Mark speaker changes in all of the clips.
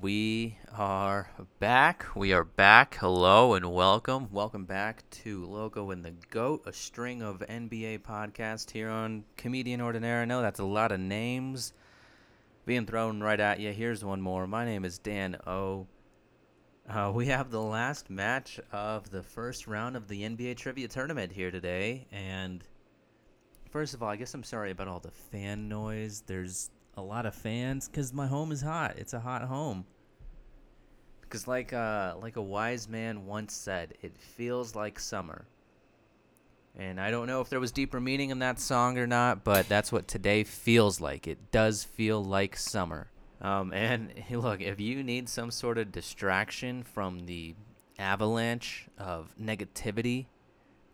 Speaker 1: we are back. We are back. Hello and welcome. Welcome back to Logo and the Goat, a string of NBA podcast here on Comedian Ordinaire. I know that's a lot of names being thrown right at you. Here's one more. My name is Dan O. Uh, we have the last match of the first round of the NBA trivia tournament here today, and First of all, I guess I'm sorry about all the fan noise. There's a lot of fans because my home is hot. It's a hot home. Because like uh, like a wise man once said, it feels like summer. And I don't know if there was deeper meaning in that song or not, but that's what today feels like. It does feel like summer. Um, and hey, look, if you need some sort of distraction from the avalanche of negativity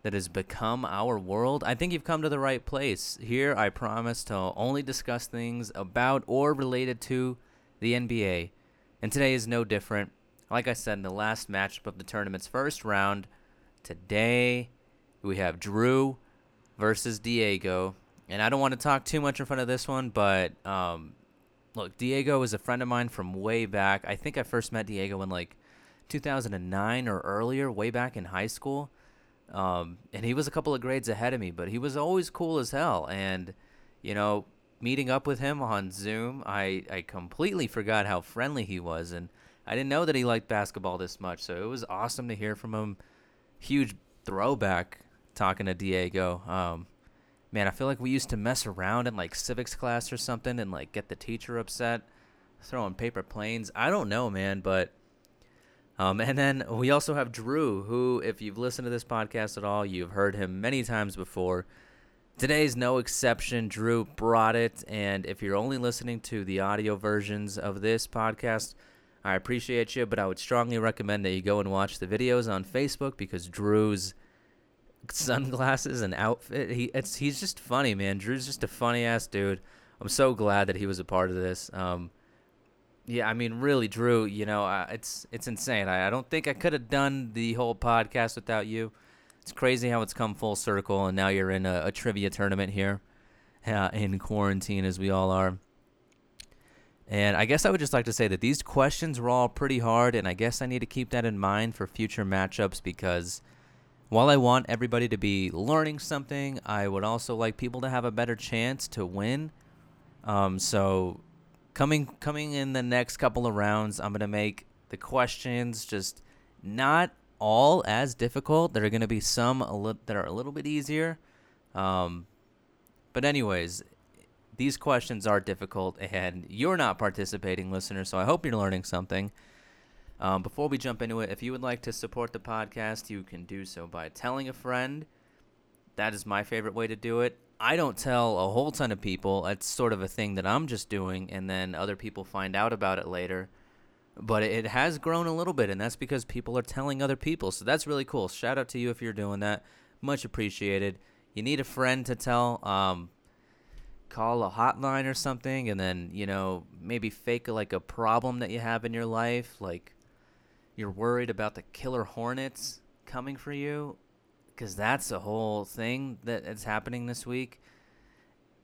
Speaker 1: that has become our world, I think you've come to the right place. Here, I promise to only discuss things about or related to the NBA. And today is no different. Like I said in the last matchup of the tournament's first round, today we have Drew versus Diego. And I don't want to talk too much in front of this one, but um, look, Diego is a friend of mine from way back. I think I first met Diego in like 2009 or earlier, way back in high school. Um, and he was a couple of grades ahead of me, but he was always cool as hell. And, you know, meeting up with him on Zoom, I, I completely forgot how friendly he was. And I didn't know that he liked basketball this much. So it was awesome to hear from him. Huge throwback talking to Diego. Um, man, I feel like we used to mess around in like civics class or something and like get the teacher upset, throwing paper planes. I don't know, man, but um, and then we also have Drew, who, if you've listened to this podcast at all, you've heard him many times before. Today's no exception. Drew brought it. And if you're only listening to the audio versions of this podcast, I appreciate you, but I would strongly recommend that you go and watch the videos on Facebook because Drew's sunglasses and outfit. He it's he's just funny, man. Drew's just a funny ass dude. I'm so glad that he was a part of this. Um, yeah, I mean, really, Drew. You know, uh, it's it's insane. I, I don't think I could have done the whole podcast without you. It's crazy how it's come full circle, and now you're in a, a trivia tournament here, uh, in quarantine as we all are. And I guess I would just like to say that these questions were all pretty hard, and I guess I need to keep that in mind for future matchups because while I want everybody to be learning something, I would also like people to have a better chance to win. Um, so coming coming in the next couple of rounds, I'm gonna make the questions just not all as difficult. There are gonna be some a lit that are a little bit easier. Um, but anyways, these questions are difficult, and you're not participating, listener. So I hope you're learning something. Um, before we jump into it, if you would like to support the podcast, you can do so by telling a friend. That is my favorite way to do it. I don't tell a whole ton of people. It's sort of a thing that I'm just doing, and then other people find out about it later. But it has grown a little bit, and that's because people are telling other people. So that's really cool. Shout out to you if you're doing that. Much appreciated. You need a friend to tell. Um, call a hotline or something, and then, you know, maybe fake like a problem that you have in your life. Like, you're worried about the killer hornets coming for you because that's a whole thing that is happening this week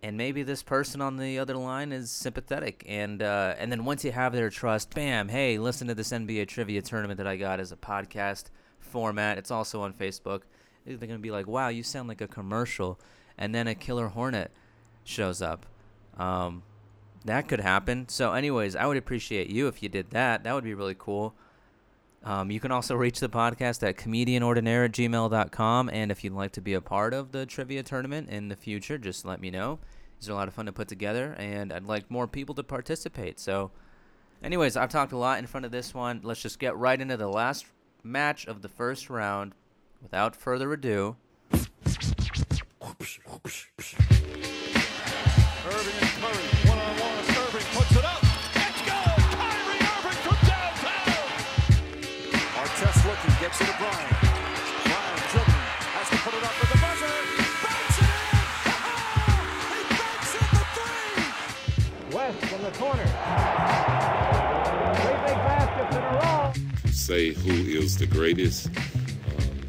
Speaker 1: and maybe this person on the other line is sympathetic and uh, and then once you have their trust bam hey listen to this nba trivia tournament that i got as a podcast format it's also on facebook they're gonna be like wow you sound like a commercial and then a killer hornet shows up um, that could happen so anyways i would appreciate you if you did that that would be really cool um, you can also reach the podcast at comedianordinaire at gmail.com. And if you'd like to be a part of the trivia tournament in the future, just let me know. These are a lot of fun to put together, and I'd like more people to participate. So, anyways, I've talked a lot in front of this one. Let's just get right into the last match of the first round. Without further ado,
Speaker 2: Irving and Curry, one on one. Irving puts it up. It's good. Kyrie Irving from downtown. Artest looking, gets it to Brian. Brian dribbling, has to put it up with the buzzer. Banks it in. Ha-ha! He banks in the three.
Speaker 3: West from the corner. Three big baskets in a row.
Speaker 4: say who is the greatest, um,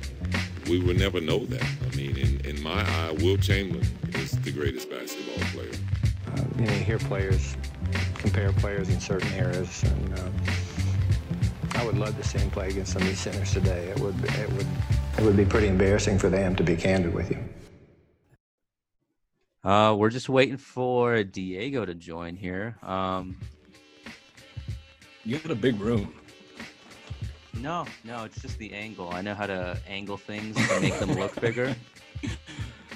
Speaker 4: we will never know that. I mean, in, in my eye, Will Chamberlain is the greatest basketball player.
Speaker 5: you know, you hear players compare players in certain eras, and uh, I would love to see him play against some of these centers today. It would, it would, it would be pretty embarrassing for them, to be candid with you.
Speaker 1: Uh, we're just waiting for Diego to join here. Um,
Speaker 6: You got a big room.
Speaker 1: no, no, it's just the angle. I know how to angle things to make them look bigger.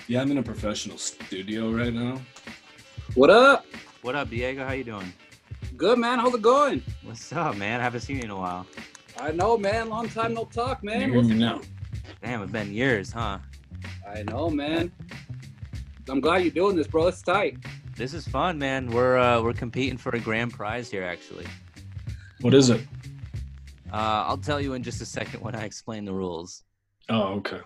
Speaker 6: Yeah, I'm in a professional studio right now.
Speaker 7: What up?
Speaker 1: What up, Diego? How you doing?
Speaker 7: Good man, how's it going?
Speaker 1: What's up, man? I haven't seen you in a while.
Speaker 7: I know, man. Long time no talk,
Speaker 6: Can you
Speaker 7: man.
Speaker 6: hear
Speaker 1: Mm-hmm.
Speaker 6: me now?
Speaker 1: Damn, it's been years, huh?
Speaker 7: I know, man. I'm glad you're doing this, bro. It's tight.
Speaker 1: This is fun, man. We're uh, we're competing for a grand prize here, actually.
Speaker 6: What is it?
Speaker 1: Uh, I'll tell you in just a second when I explain the rules.
Speaker 6: Oh, okay.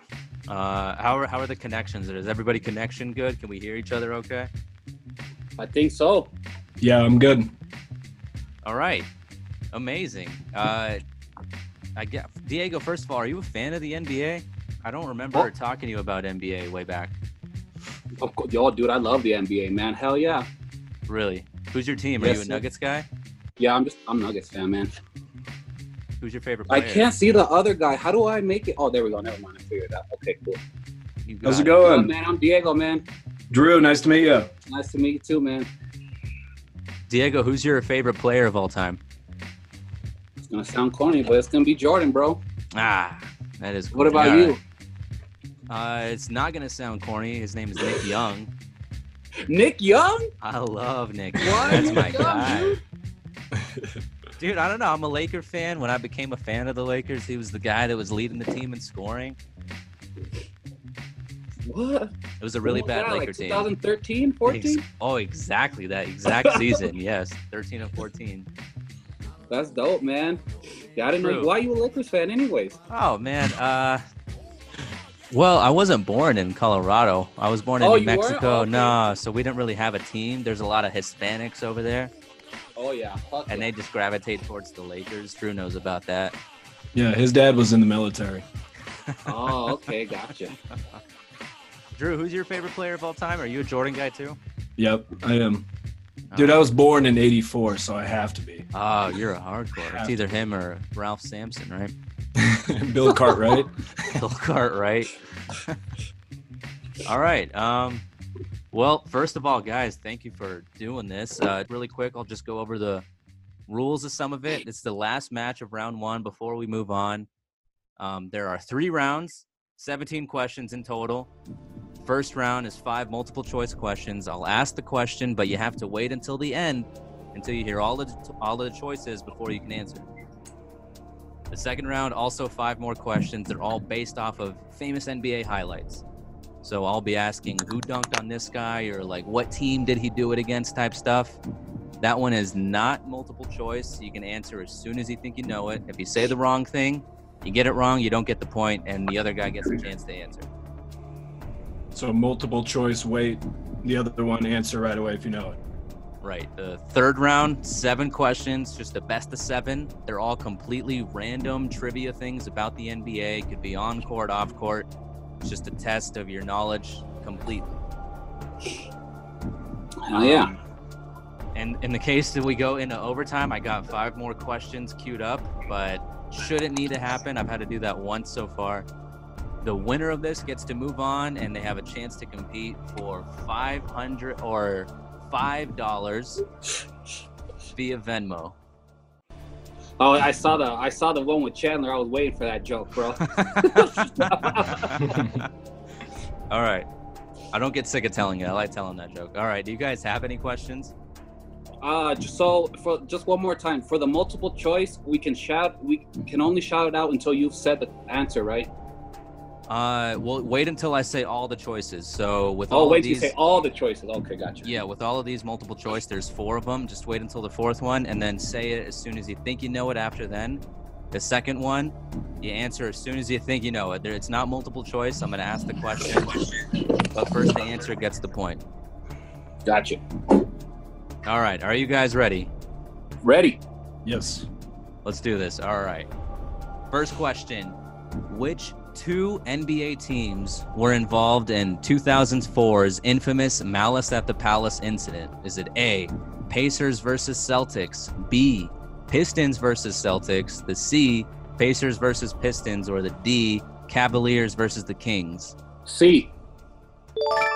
Speaker 1: Uh, how are how are the connections? Is everybody connection good? Can we hear each other okay?
Speaker 7: I think so.
Speaker 6: Yeah, I'm good.
Speaker 1: All right, amazing. Uh, I guess Diego. First of all, are you a fan of the NBA? I don't remember
Speaker 7: Oh.
Speaker 1: talking to you about NBA way back.
Speaker 7: Of course, yo, dude, I love the NBA, man. Hell yeah.
Speaker 1: Really? Who's your team? Are
Speaker 7: Yes,
Speaker 1: you a
Speaker 7: sir.
Speaker 1: Nuggets guy?
Speaker 7: Yeah, I'm just I'm Nuggets fan, man.
Speaker 1: Who's your favorite
Speaker 7: I
Speaker 1: player?
Speaker 7: can't see the other guy. How do I make it? Oh, there we go. Never mind. I figured it out. Okay, cool.
Speaker 1: You got
Speaker 6: How's
Speaker 7: What's
Speaker 6: it
Speaker 7: up,
Speaker 6: going?
Speaker 7: man? I'm Diego, man.
Speaker 6: Drew, nice to meet you.
Speaker 7: Nice to meet you too, man.
Speaker 1: Diego, who's your favorite player of all time?
Speaker 7: It's gonna sound corny, but it's gonna be Jordan, bro.
Speaker 1: Ah, that is.
Speaker 7: What about
Speaker 1: All
Speaker 7: you?
Speaker 1: right. Uh, it's not gonna sound corny. His name is Nick Young.
Speaker 7: Nick Young?
Speaker 1: I love Nick.
Speaker 7: Why
Speaker 1: That's
Speaker 7: Nick
Speaker 1: my
Speaker 7: Young,
Speaker 1: guy.
Speaker 7: dude?
Speaker 1: Dude, I don't know. I'm a Laker fan. When I became a fan of the Lakers, he was the guy that was leading the team in scoring.
Speaker 7: What?
Speaker 1: It was a really
Speaker 7: What was
Speaker 1: bad
Speaker 7: that,
Speaker 1: Laker
Speaker 7: like
Speaker 1: team.
Speaker 7: 2013,
Speaker 1: Ex-
Speaker 7: 14?
Speaker 1: oh, exactly that exact season. Yes, 13 and 14.
Speaker 7: That's dope, man. Yeah, I didn't
Speaker 1: True.
Speaker 7: know why you a Lakers fan, anyways.
Speaker 1: Oh man. Uh, well, I wasn't born in Colorado. I was born in
Speaker 7: Oh,
Speaker 1: New
Speaker 7: you weren't?
Speaker 1: Mexico.
Speaker 7: Oh, okay.
Speaker 1: No, so we didn't really have a team. There's a lot of Hispanics over there,
Speaker 7: Oh yeah, fuck
Speaker 1: and
Speaker 7: yeah.
Speaker 1: they just gravitate towards the Lakers. Drew knows about that.
Speaker 6: Yeah, his dad was in the military.
Speaker 7: oh okay, gotcha.
Speaker 1: Drew, who's your favorite player of all time? Are you a Jordan guy too?
Speaker 6: Yep, I am. Dude, I was born in 84, so I have to be.
Speaker 1: Oh, you're a hardcore. It's either him or Ralph Sampson, right?
Speaker 6: Bill Cartwright.
Speaker 1: Bill Cartwright. all right. Um, well, first of all, guys, thank you for doing this. Uh, really quick, I'll just go over the rules of some of it. It's the last match of round one before we move on. Um, there are three rounds, 17 questions in total. First round is five multiple choice questions. I'll ask the question, but you have to wait until the end until you hear all the all of the choices before you can answer. The second round, also five more questions. They're all based off of famous NBA highlights. So I'll be asking who dunked on this guy or like what team did he do it against type stuff. That one is not multiple choice. You can answer as soon as you think you know it. If you say the wrong thing, you get it wrong, you don't get the point, and the other guy gets a chance to answer.
Speaker 6: So multiple choice, wait. The other one, answer right away if you know it.
Speaker 1: Right. The third round, seven questions, just the best of seven. They're all completely random trivia things about the NBA. Could be on court, off court. It's just a test of your knowledge completely.
Speaker 7: Hell Oh, yeah.
Speaker 1: Um, And in the case that we go into overtime, I got five more questions queued up, but should it need to happen, I've had to do that once so far. The winner of this gets to move on, and they have a chance to compete for five hundred or five dollars via Venmo.
Speaker 7: Oh, I saw the I saw the one with Chandler. I was waiting for that joke, bro.
Speaker 1: All right, I don't get sick of telling it. I like telling that joke. All right, do you guys have any questions?
Speaker 7: Uh, just so for just one more time for the multiple choice, we can shout. We can only shout it out until you've said the answer, right?
Speaker 1: Uh, well, wait until I say all the choices. So with all
Speaker 7: Oh,
Speaker 1: of
Speaker 7: wait, till you
Speaker 1: these,
Speaker 7: say all the choices. Okay, gotcha.
Speaker 1: Yeah, with all of these multiple choice, there's four of them. Just wait until the fourth one and then say it as soon as you think you know it after then. The second one, you answer as soon as you think you know it. There, it's not multiple choice. I'm going to ask the question, but first the answer gets the point.
Speaker 7: Gotcha.
Speaker 1: All right, are you guys ready?
Speaker 7: Ready.
Speaker 6: Yes.
Speaker 1: Let's do this. All right. First question Which two NBA teams were involved in 2004's infamous Malice at the Palace incident? Is it A, Pacers versus Celtics, B, Pistons versus Celtics, the C, Pacers versus Pistons, or the D, Cavaliers versus the Kings.
Speaker 7: C.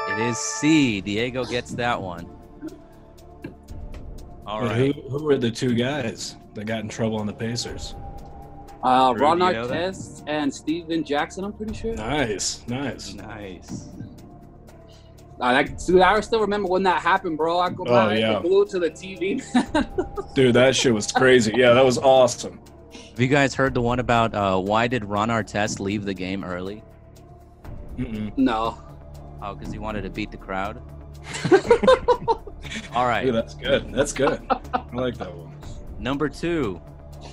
Speaker 1: It is C. Diego gets that one. All
Speaker 6: But
Speaker 1: right.
Speaker 6: who, who were the two guys that got in trouble on the Pacers?
Speaker 7: Uh,
Speaker 1: Drew,
Speaker 7: Ron
Speaker 1: do you know that?
Speaker 7: Artest and Steven Jackson, I'm pretty sure.
Speaker 6: Nice, nice.
Speaker 1: Nice.
Speaker 7: I, I, dude, I still remember when that happened, bro. I go
Speaker 6: Oh,
Speaker 7: back
Speaker 6: yeah.
Speaker 7: yeah. blue to the TV.
Speaker 6: Dude, that shit was crazy. Yeah, that was awesome.
Speaker 1: Have you guys heard the one about uh, why did Ron Artest leave the game early?
Speaker 6: Mm-mm.
Speaker 7: no.
Speaker 1: Oh, because he wanted to beat the crowd. All
Speaker 6: Dude,
Speaker 1: right,
Speaker 6: that's good. That's good. I like that one.
Speaker 1: number two.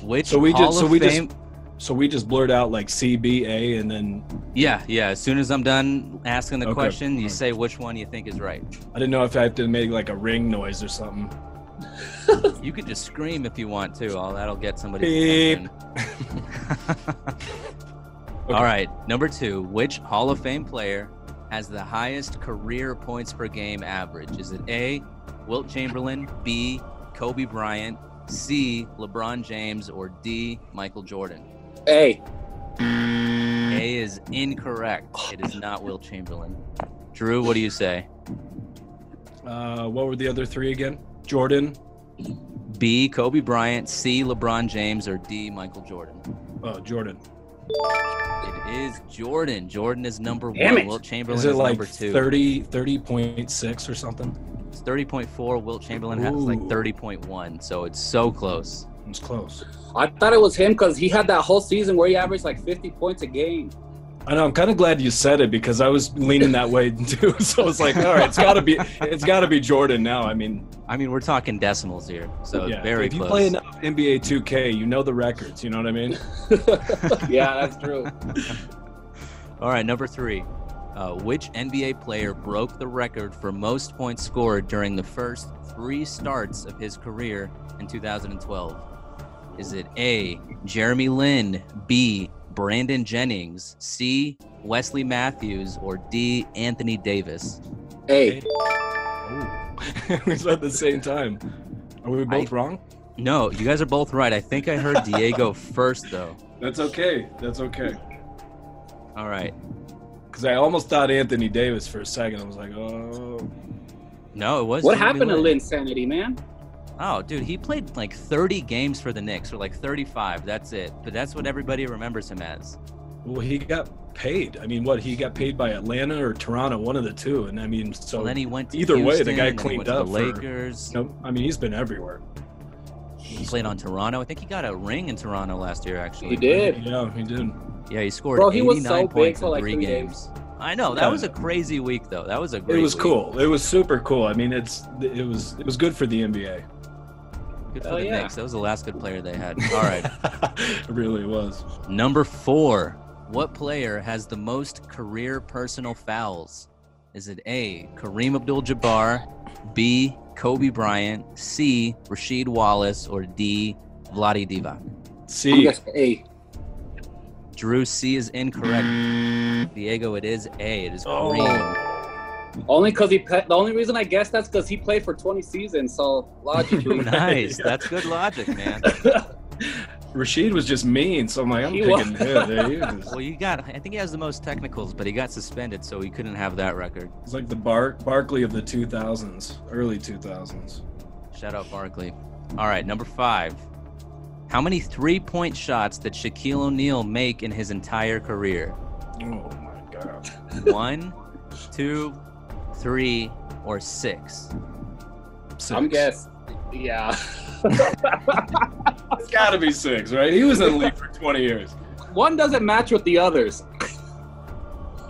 Speaker 1: Which
Speaker 6: So we
Speaker 1: Hall
Speaker 6: just- so
Speaker 1: of
Speaker 6: we just-
Speaker 1: Fame?
Speaker 6: So we just blurred out like CBA and then
Speaker 1: Yeah, yeah. As soon as I'm done asking the
Speaker 6: Okay,
Speaker 1: question, you
Speaker 6: alright.
Speaker 1: say which one you think is right.
Speaker 6: I didn't know if I had to make like a ring noise or something.
Speaker 1: You could just scream if you want to. I'll, that'll get somebody's
Speaker 6: Beep.
Speaker 1: attention. All right, number two. Which Hall of Fame player has the highest career points per game average? Is it A, Wilt Chamberlain, B, Kobe Bryant, C, LeBron James, or D, Michael Jordan?
Speaker 7: Hey,
Speaker 1: A is incorrect. It is not Wilt Chamberlain. Drew, what do you say?
Speaker 6: Uh, what were the other three again? Jordan.
Speaker 1: B, Kobe Bryant, C, LeBron James, or D, Michael Jordan?
Speaker 6: Oh, Jordan.
Speaker 1: It is Jordan. Jordan is number
Speaker 7: Damn
Speaker 1: one.
Speaker 7: it.
Speaker 1: Wilt Chamberlain
Speaker 6: Is
Speaker 1: is,
Speaker 6: it like
Speaker 1: number two.
Speaker 6: 30, 30.6 or something?
Speaker 1: It's 30.4. Wilt Chamberlain has like
Speaker 6: Ooh.
Speaker 1: 30.1. So it's so close.
Speaker 6: It was close.
Speaker 7: I thought it was him because he had that whole season where he averaged like 50 points a game.
Speaker 6: I know. I'm kind of glad you said it because I was leaning that way too. So it's like, all right, it's got to be, it's got to be Jordan now. I mean,
Speaker 1: I mean, we're talking decimals here. So
Speaker 6: yeah.
Speaker 1: very
Speaker 6: if you
Speaker 1: close.
Speaker 6: play enough NBA 2K, you know the records. You know what I mean?
Speaker 7: yeah, that's true.
Speaker 1: All right, number three. Uh, which NBA player broke the record for most points scored during the first three starts of his career in 2012? Is it A, Jeremy Lin, B, Brandon Jennings, C, Wesley Matthews, or D, Anthony Davis?
Speaker 7: Hey,
Speaker 6: we said at the same time. Are we both wrong?
Speaker 1: No, you guys are both right. I think I heard Diego first, though.
Speaker 6: That's okay. That's okay.
Speaker 1: All right.
Speaker 6: Because I almost thought Anthony Davis for a second. I was like, oh,
Speaker 1: No, it was.
Speaker 7: what
Speaker 1: Jeremy
Speaker 7: happened to Lin Sanity, man?
Speaker 1: Oh, dude, he played like 30 games for the Knicks, or like 35. That's it. But that's what everybody remembers him as.
Speaker 6: well, he got paid. I mean, what? He got paid by Atlanta or Toronto, one of the two. And I mean, so.
Speaker 1: Well, then he went to
Speaker 6: either way, the
Speaker 1: Houston,
Speaker 6: guy
Speaker 1: and then he
Speaker 6: cleaned
Speaker 1: went to
Speaker 6: up for-
Speaker 1: The Lakers.
Speaker 6: no, I mean, he's been everywhere.
Speaker 1: He played on Toronto. I think he got a ring in Toronto last year, actually.
Speaker 7: He did.
Speaker 6: Yeah, he did.
Speaker 1: Yeah, he scored
Speaker 7: Bro, he
Speaker 1: 89
Speaker 7: was so big
Speaker 1: points
Speaker 7: for
Speaker 1: in
Speaker 7: like
Speaker 1: three,
Speaker 7: three
Speaker 1: games.
Speaker 7: days.
Speaker 1: I know that
Speaker 6: Yeah.
Speaker 1: was a crazy week, though. That was a great.
Speaker 6: It was
Speaker 1: week.
Speaker 6: cool. It was super cool. I mean, it's it was it was good for the NBA.
Speaker 1: Good for
Speaker 7: Hell
Speaker 1: the
Speaker 7: yeah.
Speaker 1: Knicks. That was the last good player they had. All right,
Speaker 6: it really was.
Speaker 1: number four. What player has the most career personal fouls? Is it A. Kareem Abdul-Jabbar, B. Kobe Bryant, C. Rasheed Wallace, or D. Vladi Divac?
Speaker 7: I'm
Speaker 6: See,
Speaker 7: guessing A.
Speaker 1: Drew C is incorrect. Diego, it is A. It is
Speaker 6: Oh.
Speaker 1: Kareem.
Speaker 7: Only because he. pe- The only reason I guess that's because he played for 20 seasons. So logically,
Speaker 1: Nice. That's good logic, man.
Speaker 6: Rashid was just mean, so I'm like, I'm
Speaker 7: He
Speaker 6: picking
Speaker 7: was.
Speaker 6: him. There he is.
Speaker 1: Well, you got. I think he has the most technicals, but he got suspended, so he couldn't have that record.
Speaker 6: It's like the Bar- Barkley of the 2000s, early 2000s.
Speaker 1: Shout out Barkley. All right, number five. How many three-point shots did Shaquille O'Neal make in his entire career?
Speaker 6: Oh my god.
Speaker 1: One, two, three, or six?
Speaker 7: I'm
Speaker 6: Six.
Speaker 7: guess. Yeah.
Speaker 6: It's gotta be six, right? He was in the league for 20 years.
Speaker 7: One doesn't match with the others.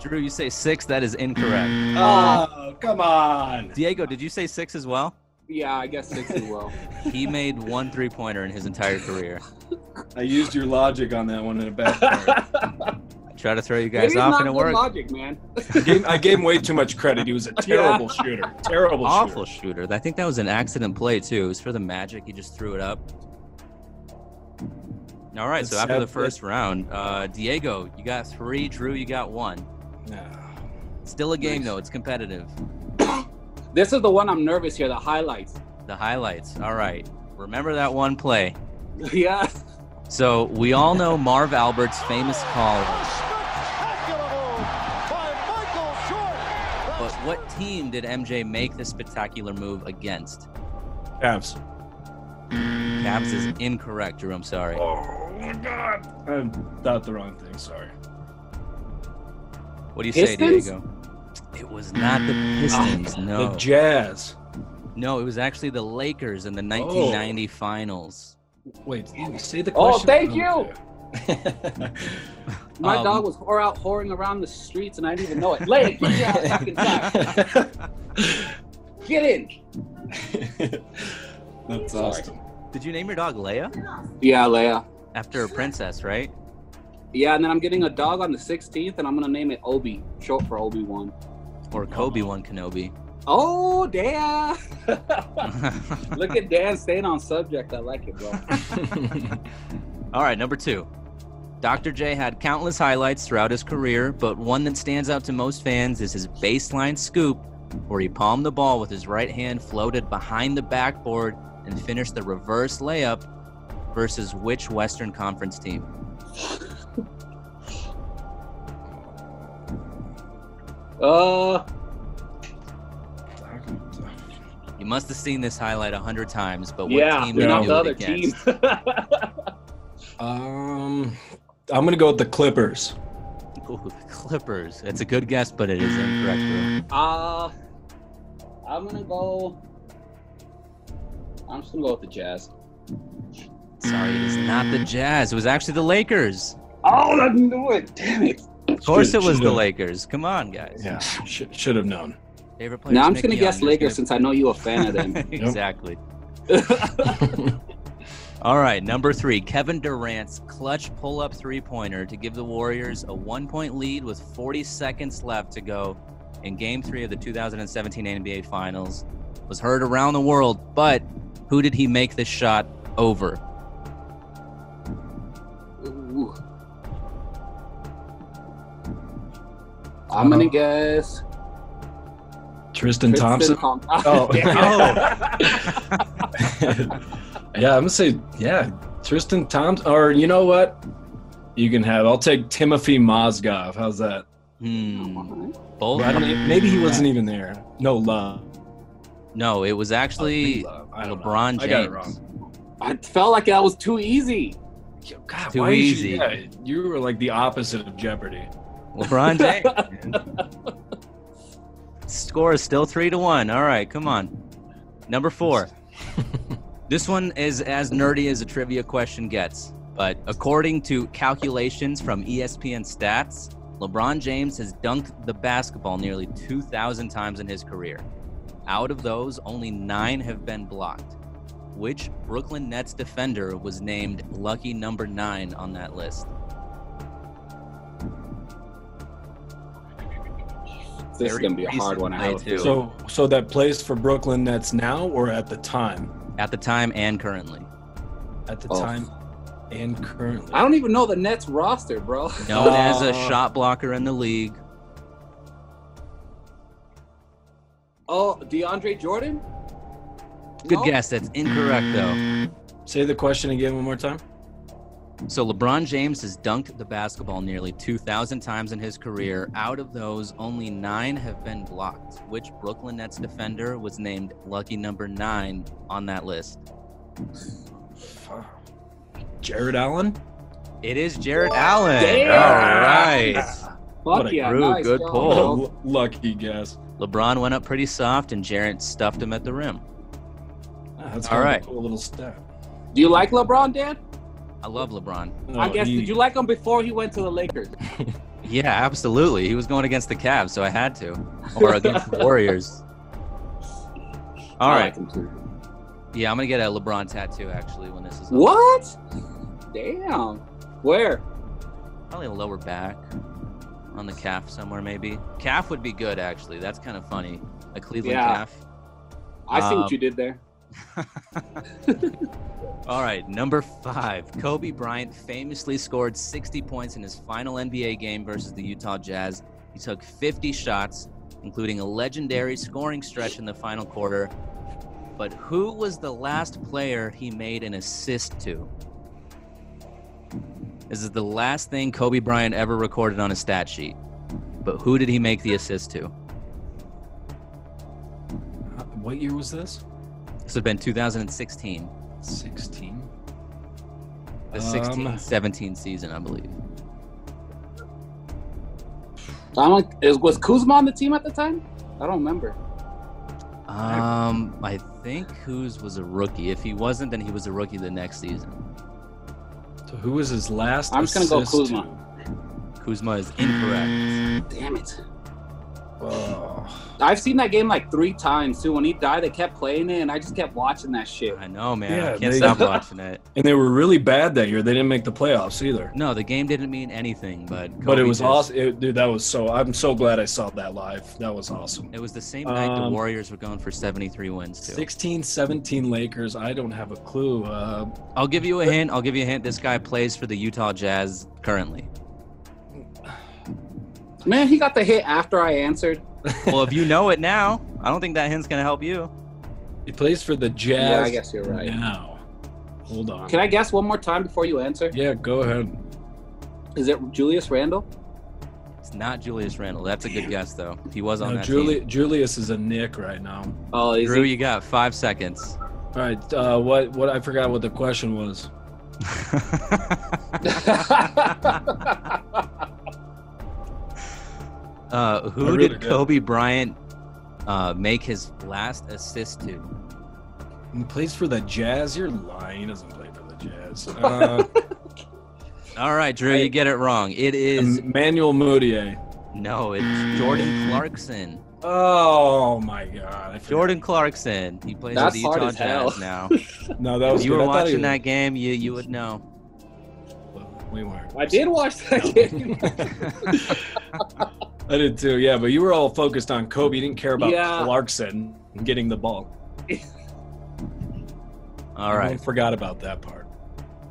Speaker 1: Drew, you say six. That is incorrect.
Speaker 6: Oh, come on.
Speaker 1: Diego, did you say six as well?
Speaker 7: Yeah, I guess six as well.
Speaker 1: He made one three-pointer in his entire career.
Speaker 6: I used your logic on that one in a bad part.
Speaker 1: Try to throw you
Speaker 7: Maybe
Speaker 1: guys
Speaker 7: it's
Speaker 1: off
Speaker 7: not
Speaker 1: and it
Speaker 7: good
Speaker 1: worked.
Speaker 7: logic, man.
Speaker 6: I gave, I gave him way too much credit. He was a terrible shooter. Terrible
Speaker 1: Awful shooter. I think that was an accident play too. It was for the Magic. He just threw it up. All right. So
Speaker 6: That's
Speaker 1: after
Speaker 6: sad,
Speaker 1: the
Speaker 6: but-
Speaker 1: first round, uh, Diego, you got three. Drew, you got one.
Speaker 6: shooter. Yeah.
Speaker 1: Still a game though. It's competitive.
Speaker 7: This is the one I'm nervous here. The highlights.
Speaker 1: The highlights. All right. Remember that one play.
Speaker 7: yeah.
Speaker 1: So we all know Marv Albert's famous call,
Speaker 2: Spectacular move by Michael Jordan.
Speaker 1: but what team did MJ make the spectacular move against?
Speaker 6: Abs.
Speaker 1: Cavs is incorrect, Drew. I'm sorry.
Speaker 6: Mm. Oh my god. I thought the wrong thing. Sorry.
Speaker 1: What do you say,
Speaker 7: Pistons?
Speaker 1: Diego? It was not the Pistons. No.
Speaker 6: The Jazz.
Speaker 1: no, it was actually the Lakers in the 1990 finals.
Speaker 6: Wait. Say the
Speaker 7: Oh,
Speaker 6: question.
Speaker 7: thank you.
Speaker 6: you.
Speaker 7: My
Speaker 1: Um,
Speaker 7: dog was whore out whoring around the streets and I didn't even know it. Lay it your fucking sock. Get in.
Speaker 6: That's
Speaker 7: Sorry.
Speaker 6: awesome.
Speaker 1: Did you name your dog Leia?
Speaker 7: Yeah, Leia.
Speaker 1: After a princess, right?
Speaker 7: Yeah, and then I'm getting a dog on the 16th and I'm going to name it Obi, short for Obi-Wan.
Speaker 1: Or Kobe one Kenobi.
Speaker 7: Oh, damn. Look at Dan staying on subject. I like it, bro.
Speaker 1: All right, number two. Dr. J had countless highlights throughout his career, but one that stands out to most fans is his baseline scoop, where he palmed the ball with his right hand, floated behind the backboard, and finished the reverse layup versus which Western Conference team?
Speaker 7: Uh,
Speaker 1: You must have seen this highlight a hundred times, but what
Speaker 7: yeah,
Speaker 1: team
Speaker 6: we
Speaker 1: did
Speaker 6: know
Speaker 1: you
Speaker 7: not
Speaker 1: do
Speaker 7: the
Speaker 1: it
Speaker 7: other team.
Speaker 1: against?
Speaker 6: Um, I'm gonna go with the Clippers.
Speaker 1: Ooh, the Clippers. That's a good guess, but it is incorrect. Drew.
Speaker 7: uh, I'm going to go. I'm just going to go with the Jazz.
Speaker 1: Sorry, it is not the Jazz. It was actually the Lakers.
Speaker 7: Oh, I knew it. Damn it.
Speaker 1: Of course,
Speaker 6: Should-
Speaker 1: it was
Speaker 6: should
Speaker 1: the
Speaker 6: have-
Speaker 1: Lakers. Come on, guys.
Speaker 6: Yeah, should, should have known.
Speaker 1: Favorite player.
Speaker 7: Now I'm just going to guess Lakers since I know you're a fan of them.
Speaker 1: exactly. All right, number three, Kevin Durant's clutch pull-up three-pointer to give the Warriors a one-point lead with 40 seconds left to go in Game Three of the 2017 NBA Finals was heard around the world. But who did he make this shot over?
Speaker 7: Ooh. I'm
Speaker 6: Um,
Speaker 7: gonna guess
Speaker 6: Tristan Thompson.
Speaker 7: Thompson.
Speaker 6: Oh.
Speaker 7: Damn.
Speaker 6: yeah, I'm gonna say yeah, Tristan Thompson. Or you know what? You can have. I'll take Timothy Mozgov. How's that?
Speaker 1: Hmm. Both?
Speaker 6: I don't, even- maybe he wasn't even there. No love.
Speaker 1: No, it was actually
Speaker 6: Love. I don't know.
Speaker 1: LeBron James.
Speaker 6: I got it wrong.
Speaker 7: I felt like that was too easy.
Speaker 6: God,
Speaker 1: Too
Speaker 6: why did
Speaker 1: easy.
Speaker 6: You, yeah, you were like the opposite of Jeopardy.
Speaker 1: LeBron James. Score is still three to one. All right, come on. Number four. this one is as nerdy as a trivia question gets, but according to calculations from E ESPN stats, LeBron James has dunked the basketball nearly 2,000 times in his career. Out of those, only nine have been blocked. Which Brooklyn Nets defender was named lucky number nine on that list?
Speaker 7: This is
Speaker 1: Very
Speaker 7: gonna be a hard
Speaker 1: recent
Speaker 7: one. I
Speaker 1: play,
Speaker 7: have a
Speaker 1: too.
Speaker 7: feeling.
Speaker 6: So, so that plays for Brooklyn Nets now or at the time?
Speaker 1: At the time and currently.
Speaker 6: At the
Speaker 7: Oh.
Speaker 6: time, and currently.
Speaker 7: I don't even know the Nets roster, bro.
Speaker 1: known as a
Speaker 6: Uh,
Speaker 1: shot blocker in the league.
Speaker 7: Oh, DeAndre Jordan.
Speaker 1: Good
Speaker 7: No?
Speaker 1: guess. That's incorrect, though.
Speaker 6: Say the question again one more time.
Speaker 1: So LeBron James has dunked the basketball nearly 2,000 times in his career. Out of those, only nine have been blocked. Which Brooklyn Nets defender was named lucky number nine on that list?
Speaker 6: Jared Allen.
Speaker 1: It is Jared Allen.
Speaker 7: Damn.
Speaker 1: All right.
Speaker 6: What
Speaker 7: Fuck
Speaker 6: a
Speaker 7: yeah,
Speaker 1: rude,
Speaker 7: nice,
Speaker 1: good
Speaker 7: job,
Speaker 1: pull.
Speaker 7: bro.
Speaker 6: L- lucky guess.
Speaker 1: LeBron went up pretty soft, and Jared stuffed him at the rim.
Speaker 6: Ah, That's
Speaker 1: All
Speaker 6: kind of a
Speaker 1: right.
Speaker 6: cool little stat.
Speaker 7: Do you like LeBron, Dan?
Speaker 1: I love LeBron.
Speaker 7: I
Speaker 6: No,
Speaker 7: guess.
Speaker 6: he-
Speaker 7: Did you like him before he went to the Lakers?
Speaker 1: Yeah, absolutely. He was going against the Cavs, so I had to. Or against the Warriors. All
Speaker 7: I
Speaker 1: right.
Speaker 7: like him too.
Speaker 1: Yeah, I'm gonna get a LeBron tattoo actually when this is over.
Speaker 7: What? Damn. Where?
Speaker 1: probably a lower back on the calf somewhere maybe. Calf would be good actually. That's kind of funny. A Cleveland
Speaker 7: Yeah.
Speaker 1: calf.
Speaker 7: I see
Speaker 1: Um,
Speaker 7: what you did there.
Speaker 1: All right, number five. Kobe Bryant famously scored 60 points in his final NBA game versus the Utah Jazz. He took 50 shots, including a legendary scoring stretch in the final quarter. But who was the last player he made an assist to? This is the last thing Kobe Bryant ever recorded on a stat sheet. But who did he make the assist to?
Speaker 6: Uh, What year was this?
Speaker 1: This would have been 2016,
Speaker 6: 16.
Speaker 1: the 16
Speaker 6: Um,
Speaker 1: 17 season, I believe.
Speaker 7: I don't. Is, was Kuzma on the team at the time? I don't remember.
Speaker 1: Um, I think Kuz was a rookie. If he wasn't, then he was a rookie the next season.
Speaker 6: So who was his last?
Speaker 7: I'm just gonna go
Speaker 6: assist?
Speaker 7: Kuzma.
Speaker 1: Kuzma is
Speaker 6: Mm.
Speaker 1: incorrect.
Speaker 7: Damn it!
Speaker 6: Oh,
Speaker 7: I've seen that game like three times too. When he died, they kept playing it, and I just kept watching that shit.
Speaker 1: I know, man. I
Speaker 6: Yeah,
Speaker 1: can't
Speaker 6: they-
Speaker 1: stop watching it.
Speaker 6: and they were really bad that year. They didn't make the playoffs either.
Speaker 1: No, the game didn't mean anything, but
Speaker 6: But
Speaker 1: Kobe
Speaker 6: it was
Speaker 1: just-
Speaker 6: awesome, it, dude. That was so. I'm so glad I saw that live. That was awesome.
Speaker 1: It was the same night the
Speaker 6: Um,
Speaker 1: Warriors were going for 73 wins too.
Speaker 6: 16, 17 Lakers. I don't have a clue. Uh,
Speaker 1: I'll give you a hint. I'll give you a hint. This guy plays for the Utah Jazz currently.
Speaker 7: Man, he got the hit after I answered.
Speaker 1: Well, if you know it now, I don't think that hint's gonna help you.
Speaker 6: he plays for the Jazz.
Speaker 7: Yeah, I guess you're right.
Speaker 6: Now, hold on.
Speaker 7: Can I guess one more time before you answer?
Speaker 6: Yeah, go ahead.
Speaker 7: Is it Julius Randle?
Speaker 1: It's not Julius Randle. That's a good guess though. He was on
Speaker 6: No,
Speaker 1: that
Speaker 6: Juli-
Speaker 1: team.
Speaker 6: Julius is a Nick right now.
Speaker 7: Oh, is
Speaker 1: Drew,
Speaker 7: he?
Speaker 1: you got five seconds.
Speaker 6: All right. Uh, what? What? I forgot what the question was.
Speaker 1: uh, who
Speaker 6: I really
Speaker 1: did
Speaker 6: did.
Speaker 1: Kobe Bryant uh, make his last assist to?
Speaker 6: He plays for the Jazz. You're lying. He doesn't play for the Jazz. Uh,
Speaker 1: All right, Drew, you get it wrong. It is
Speaker 6: Emmanuel Moutier.
Speaker 1: no. It's Jordan Clarkson.
Speaker 6: Oh my God! I forgot.
Speaker 1: Jordan Clarkson. He plays with
Speaker 7: That's
Speaker 1: the
Speaker 7: hard
Speaker 1: Utah
Speaker 7: as hell.
Speaker 1: Jazz now.
Speaker 6: No, that
Speaker 1: If
Speaker 6: was
Speaker 1: you
Speaker 6: good.
Speaker 1: were
Speaker 6: I thought he
Speaker 1: watching that game, you you would know.
Speaker 6: was- We weren't.
Speaker 7: I did watch that game.
Speaker 6: I did too. Yeah, but you were all focused on Kobe. You didn't care about
Speaker 7: Yeah.
Speaker 6: Clarkson getting the ball.
Speaker 1: All right.
Speaker 6: Everyone forgot about that part.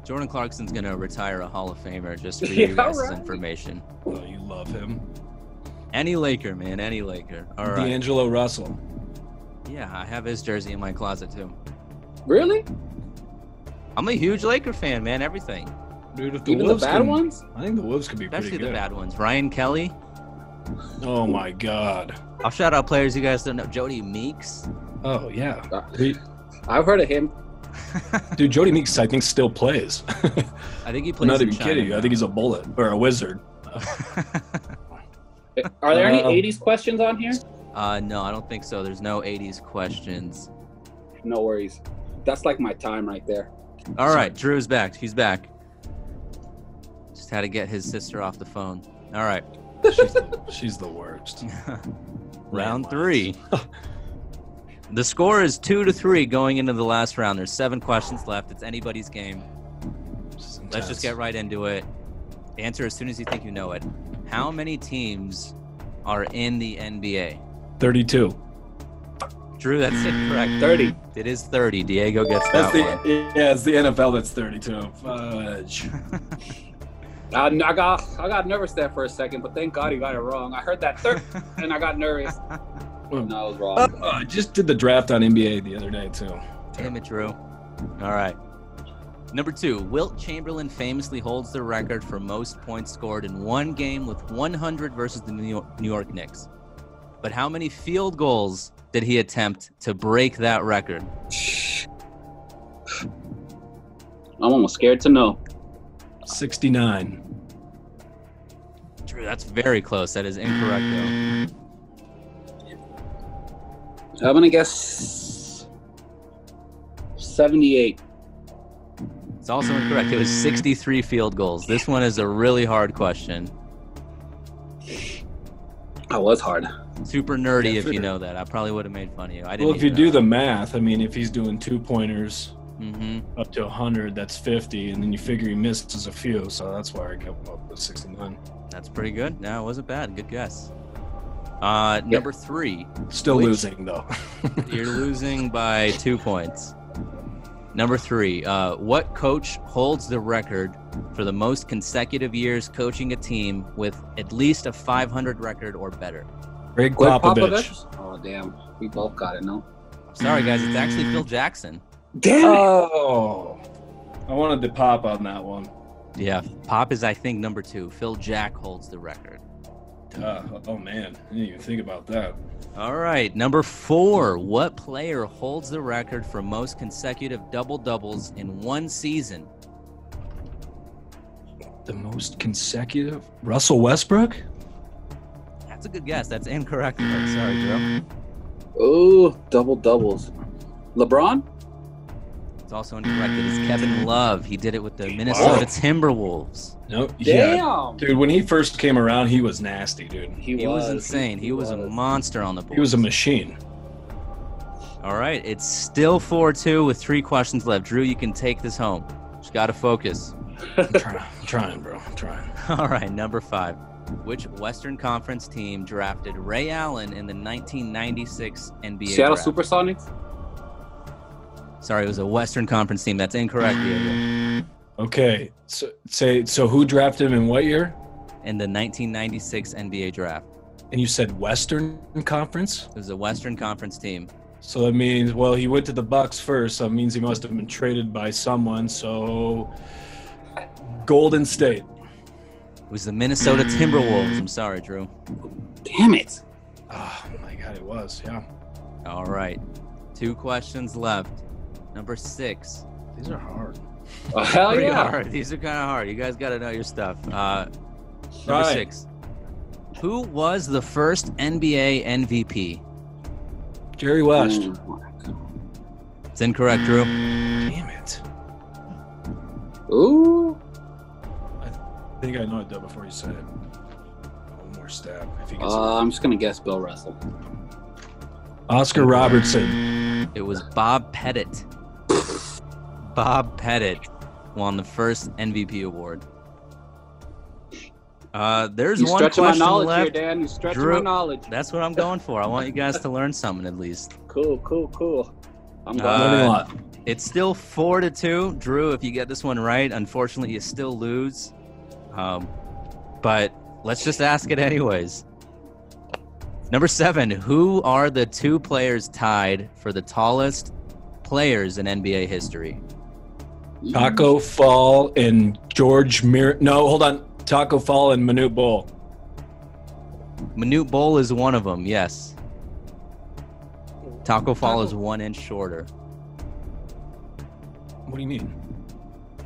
Speaker 1: Jordan Clarkson's gonna retire a Hall of Famer just for
Speaker 7: Yeah,
Speaker 1: you guys'
Speaker 7: right.
Speaker 1: information.
Speaker 6: Oh, you love him,
Speaker 1: Any Laker, man, any Laker. All right.
Speaker 6: D'Angelo Russell.
Speaker 1: Yeah, I have his jersey in my closet too.
Speaker 7: really?
Speaker 1: I'm a huge Laker fan, man. Everything,
Speaker 6: Dude, if the
Speaker 7: Even the
Speaker 6: Wolves
Speaker 7: bad
Speaker 6: can-
Speaker 7: ones?
Speaker 6: I think the Wolves could be
Speaker 1: especially
Speaker 6: pretty
Speaker 1: the
Speaker 6: good.
Speaker 1: bad ones. Ryan Kelly.
Speaker 6: Oh my God!
Speaker 1: I'll shout out players you guys don't know. Jody Meeks.
Speaker 6: Oh yeah,
Speaker 7: Uh,
Speaker 6: He-
Speaker 7: I've heard of him.
Speaker 6: dude. Jody Meeks, I think, still plays.
Speaker 1: I think he
Speaker 6: I'm
Speaker 1: plays.
Speaker 6: not
Speaker 1: in
Speaker 6: even
Speaker 1: China
Speaker 6: kidding you. I
Speaker 1: now.
Speaker 6: think he's a bullet or a wizard.
Speaker 7: Are there any
Speaker 6: Um,
Speaker 7: 80s questions on here?
Speaker 1: uh, no, I don't think so. There's no '80s questions.
Speaker 7: No worries. That's like my time right there.
Speaker 1: All right, Drew's back. He's back. Just had to get his sister off the phone. All right.
Speaker 6: She's the, she's the worst.
Speaker 1: round
Speaker 6: Landmines.
Speaker 1: three. the score is two to three going into the last round. There's seven questions left. It's anybody's game.
Speaker 6: This
Speaker 1: Let's
Speaker 6: is intense.
Speaker 1: just get right into it. Answer as soon as you think you know it. How many teams are in the NBA?
Speaker 6: Thirty-two.
Speaker 1: Drew, that's incorrect.
Speaker 7: 30.
Speaker 1: It is 30. Diego gets that
Speaker 6: That's the
Speaker 1: one.
Speaker 6: yeah. It's the NFL. That's thirty-two. Fudge.
Speaker 7: I, I got I got nervous there for a second, but thank God he got it wrong. I heard that third and I got nervous. No, I was
Speaker 6: Uh,
Speaker 7: wrong.
Speaker 6: I just did the draft on NBA the other day too.
Speaker 1: Damn it, Drew. All right. Number two, Wilt Chamberlain famously holds the record for most points scored in one game with 100 versus the New York, New York Knicks. But how many field goals did he attempt to break that record?
Speaker 7: I'm almost scared to know.
Speaker 6: Sixty-nine.
Speaker 1: Drew, that's very close. That is incorrect, though.
Speaker 7: I'm gonna guess 78.
Speaker 1: It's also incorrect. It was
Speaker 6: Mm-hmm.
Speaker 1: 63 field goals. This one is a really hard question.
Speaker 7: That was hard.
Speaker 1: Super nerdy
Speaker 6: Yeah,
Speaker 1: if you
Speaker 6: sure.
Speaker 1: know that. I probably would have made fun of you. I didn't.
Speaker 6: Well, if you do the math, I mean, if he's doing two-pointers
Speaker 1: hmm
Speaker 6: up to hundred, that's fifty, and then you figure he misses a few, so that's why I came up with sixty-nine.
Speaker 1: That's pretty good. No, it wasn't bad. Good guess. Uh, number three.
Speaker 6: Still
Speaker 1: Which-
Speaker 6: losing though.
Speaker 1: You're losing by two points. Number three, uh, what coach holds the record for the most consecutive years coaching a team with at least a 500 record or better?
Speaker 6: Greg
Speaker 7: Greg
Speaker 6: Popovich.
Speaker 7: Popovich? Oh damn. We both got it, no?
Speaker 1: Sorry, guys, it's
Speaker 6: Mm.
Speaker 1: actually Phil Jackson.
Speaker 7: Damn it!
Speaker 6: Oh, I wanted to pop on that one.
Speaker 1: Yeah, Pop is I think number two. Phil Jack holds the record.
Speaker 6: Uh, oh man, I didn't even think about that.
Speaker 1: All right, number four. What player holds the record for most consecutive double doubles in one season?
Speaker 6: The most consecutive Russell Westbrook?
Speaker 1: That's a good guess. That's incorrect. I'm sorry, Drew.
Speaker 7: Oh, double doubles. LeBron?
Speaker 1: It's also incorrect. It is Kevin Love. He did it with the Minnesota Timberwolves.
Speaker 6: No.
Speaker 7: Damn.
Speaker 6: Yeah. Dude, when he first came around, he was nasty, dude.
Speaker 1: He, was, insane. He, was, a monster on the board.
Speaker 6: He was a machine.
Speaker 1: All right, it's still 4 2 with three questions left. Drew, you can take this home. Just got to focus.
Speaker 6: I'm trying, I'm trying, bro. I'm trying.
Speaker 1: All right, number five. Which Western Conference team drafted Ray Allen in the 1996 NBA
Speaker 7: Seattle
Speaker 1: draft?
Speaker 7: Supersonics?
Speaker 1: Sorry, it was a Western Conference team. That's incorrect, Diego.
Speaker 6: Okay. So say so who drafted him in what year?
Speaker 1: In the 1996 NBA draft,
Speaker 6: And you said Western Conference?
Speaker 1: it was a Western Conference team.
Speaker 6: So that means well, he went to the Bucks first, so it means he must have been traded by someone, so Golden State.
Speaker 1: It was the Minnesota Timberwolves. I'm sorry, Drew.
Speaker 7: Damn it.
Speaker 6: Oh my god, it was, yeah.
Speaker 1: All right, two questions left. Number six.
Speaker 6: These are hard.
Speaker 7: Oh, hell
Speaker 1: Pretty
Speaker 7: yeah.
Speaker 1: hard. These are kind of hard. You guys got to know your stuff. Uh, number
Speaker 6: Right.
Speaker 1: six. Who was the first NBA MVP?
Speaker 6: Jerry West.
Speaker 7: Oh
Speaker 1: It's incorrect, Drew.
Speaker 6: Damn it.
Speaker 7: Ooh.
Speaker 6: I think I know it though before you said it. One more stab. If he gets
Speaker 7: Uh, I'm just going to guess Bill Russell.
Speaker 6: Oscar Robertson.
Speaker 1: It was Bob Pettit. Bob Pettit won the first MVP award. Uh, there's
Speaker 7: You
Speaker 1: one
Speaker 7: stretching my
Speaker 1: question
Speaker 7: knowledge
Speaker 1: left.
Speaker 7: here, Dan. You stretching
Speaker 1: Drew-
Speaker 7: my knowledge.
Speaker 1: That's what I'm going for. I want you guys to learn something at least.
Speaker 7: Cool, cool, cool. I'm
Speaker 1: Uh,
Speaker 7: glad.
Speaker 6: Learning a lot.
Speaker 1: It's still four to two, Drew. If you get this one right, unfortunately, you still lose. Um, but let's just ask it anyways. Number seven: Who are the two players tied for the tallest players in NBA history?
Speaker 6: Taco Fall and George Mir. No, hold on. Taco Fall and Manute Bowl.
Speaker 1: Manute Bol is one of them. Yes. Taco Fall is one inch shorter.
Speaker 6: What do you mean?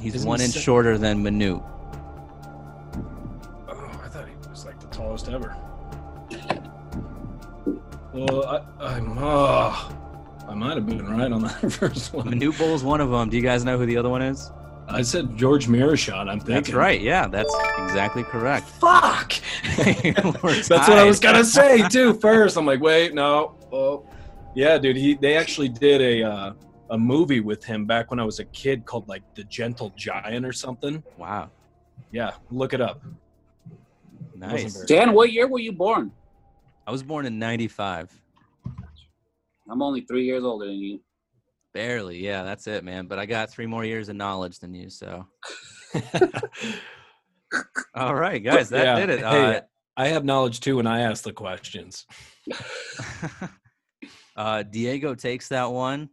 Speaker 1: He's
Speaker 6: Isn't
Speaker 1: one
Speaker 6: he
Speaker 1: inch
Speaker 6: six-
Speaker 1: shorter than Manute.
Speaker 6: Oh, I thought he was like the tallest ever. Well, I, I'm. Uh, I might have been right on that first one.
Speaker 1: Manute Bol is one of them. Do you guys know who the other one is?
Speaker 6: I said George Mirashot. I'm thinking.
Speaker 1: That's right. Yeah, that's exactly correct.
Speaker 6: Fuck.
Speaker 1: That's
Speaker 6: That's what I was gonna say too. First, I'm like, wait, no. Oh, yeah, dude. He they actually did a uh, a movie with him back when I was a kid called like The Gentle Giant or something.
Speaker 1: Wow.
Speaker 6: Yeah, look it up. Wasn't
Speaker 1: Nice.
Speaker 6: very-
Speaker 7: Dan, what year were you born?
Speaker 1: I was born in 95.
Speaker 7: I'm only three years older than you.
Speaker 1: Barely. Yeah, that's it, man. But I got three more years of knowledge than you. So, all right, guys, that
Speaker 6: Yeah.
Speaker 1: did it.
Speaker 6: Hey. I have knowledge too, and I ask the questions.
Speaker 1: Uh, uh, Diego takes that one.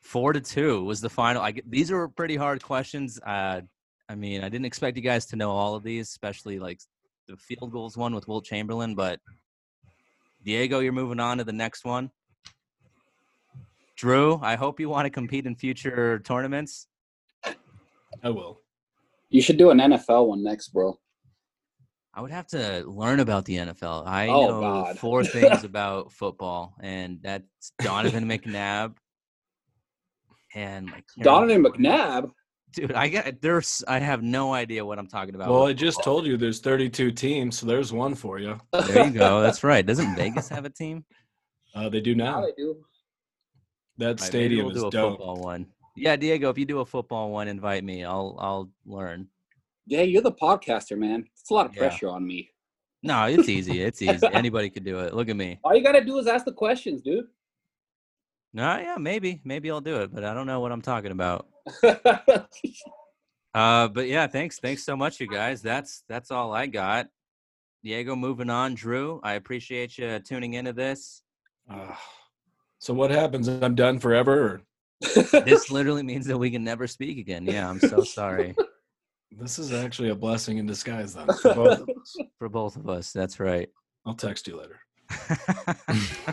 Speaker 1: Four to two was the final. I, get- these are pretty hard questions. Uh, I mean, I didn't expect you guys to know all of these, especially like the field goals one with Will Chamberlain. But Diego, you're moving on to the next one. Drew, I hope you want to compete in future tournaments.
Speaker 6: I will.
Speaker 7: You should do an NFL one next, bro.
Speaker 1: I would have to learn about the NFL. I
Speaker 7: Oh,
Speaker 1: know
Speaker 7: God.
Speaker 1: four things about football, and that's Donovan McNabb. And like
Speaker 7: Donovan McNabb.
Speaker 1: dude, I got there's I have no idea what I'm talking about.
Speaker 6: Well, I just told you there's 32 teams, so there's one for you.
Speaker 1: there you go. That's right. Doesn't Vegas have a team?
Speaker 6: Uh, they do
Speaker 7: How
Speaker 6: now.
Speaker 7: they do?
Speaker 6: That
Speaker 1: All right, maybe
Speaker 6: stadium
Speaker 1: we'll
Speaker 6: is
Speaker 1: do a
Speaker 6: dope.
Speaker 1: football one. Yeah, Diego, if you do a football one, invite me. I'll I'll learn.
Speaker 7: Yeah, you're the podcaster, man. It's a lot of
Speaker 1: Yeah.
Speaker 7: pressure on me.
Speaker 1: No, it's easy. It's easy. Anybody could do it. Look at me.
Speaker 7: All you gotta do is ask the questions, dude.
Speaker 1: No, yeah, maybe maybe I'll do it, but I don't know what I'm talking about. Uh, but yeah, thanks, thanks so much, you guys. That's that's all I got. Diego, moving on. Drew, I appreciate you tuning into this.
Speaker 6: Ah. so what happens? I'm done forever. Or
Speaker 1: This literally means that we can never speak again. Yeah, I'm so sorry.
Speaker 6: This is actually a blessing in disguise, then. for both of us.
Speaker 1: For both of us, that's right.
Speaker 6: I'll text you later.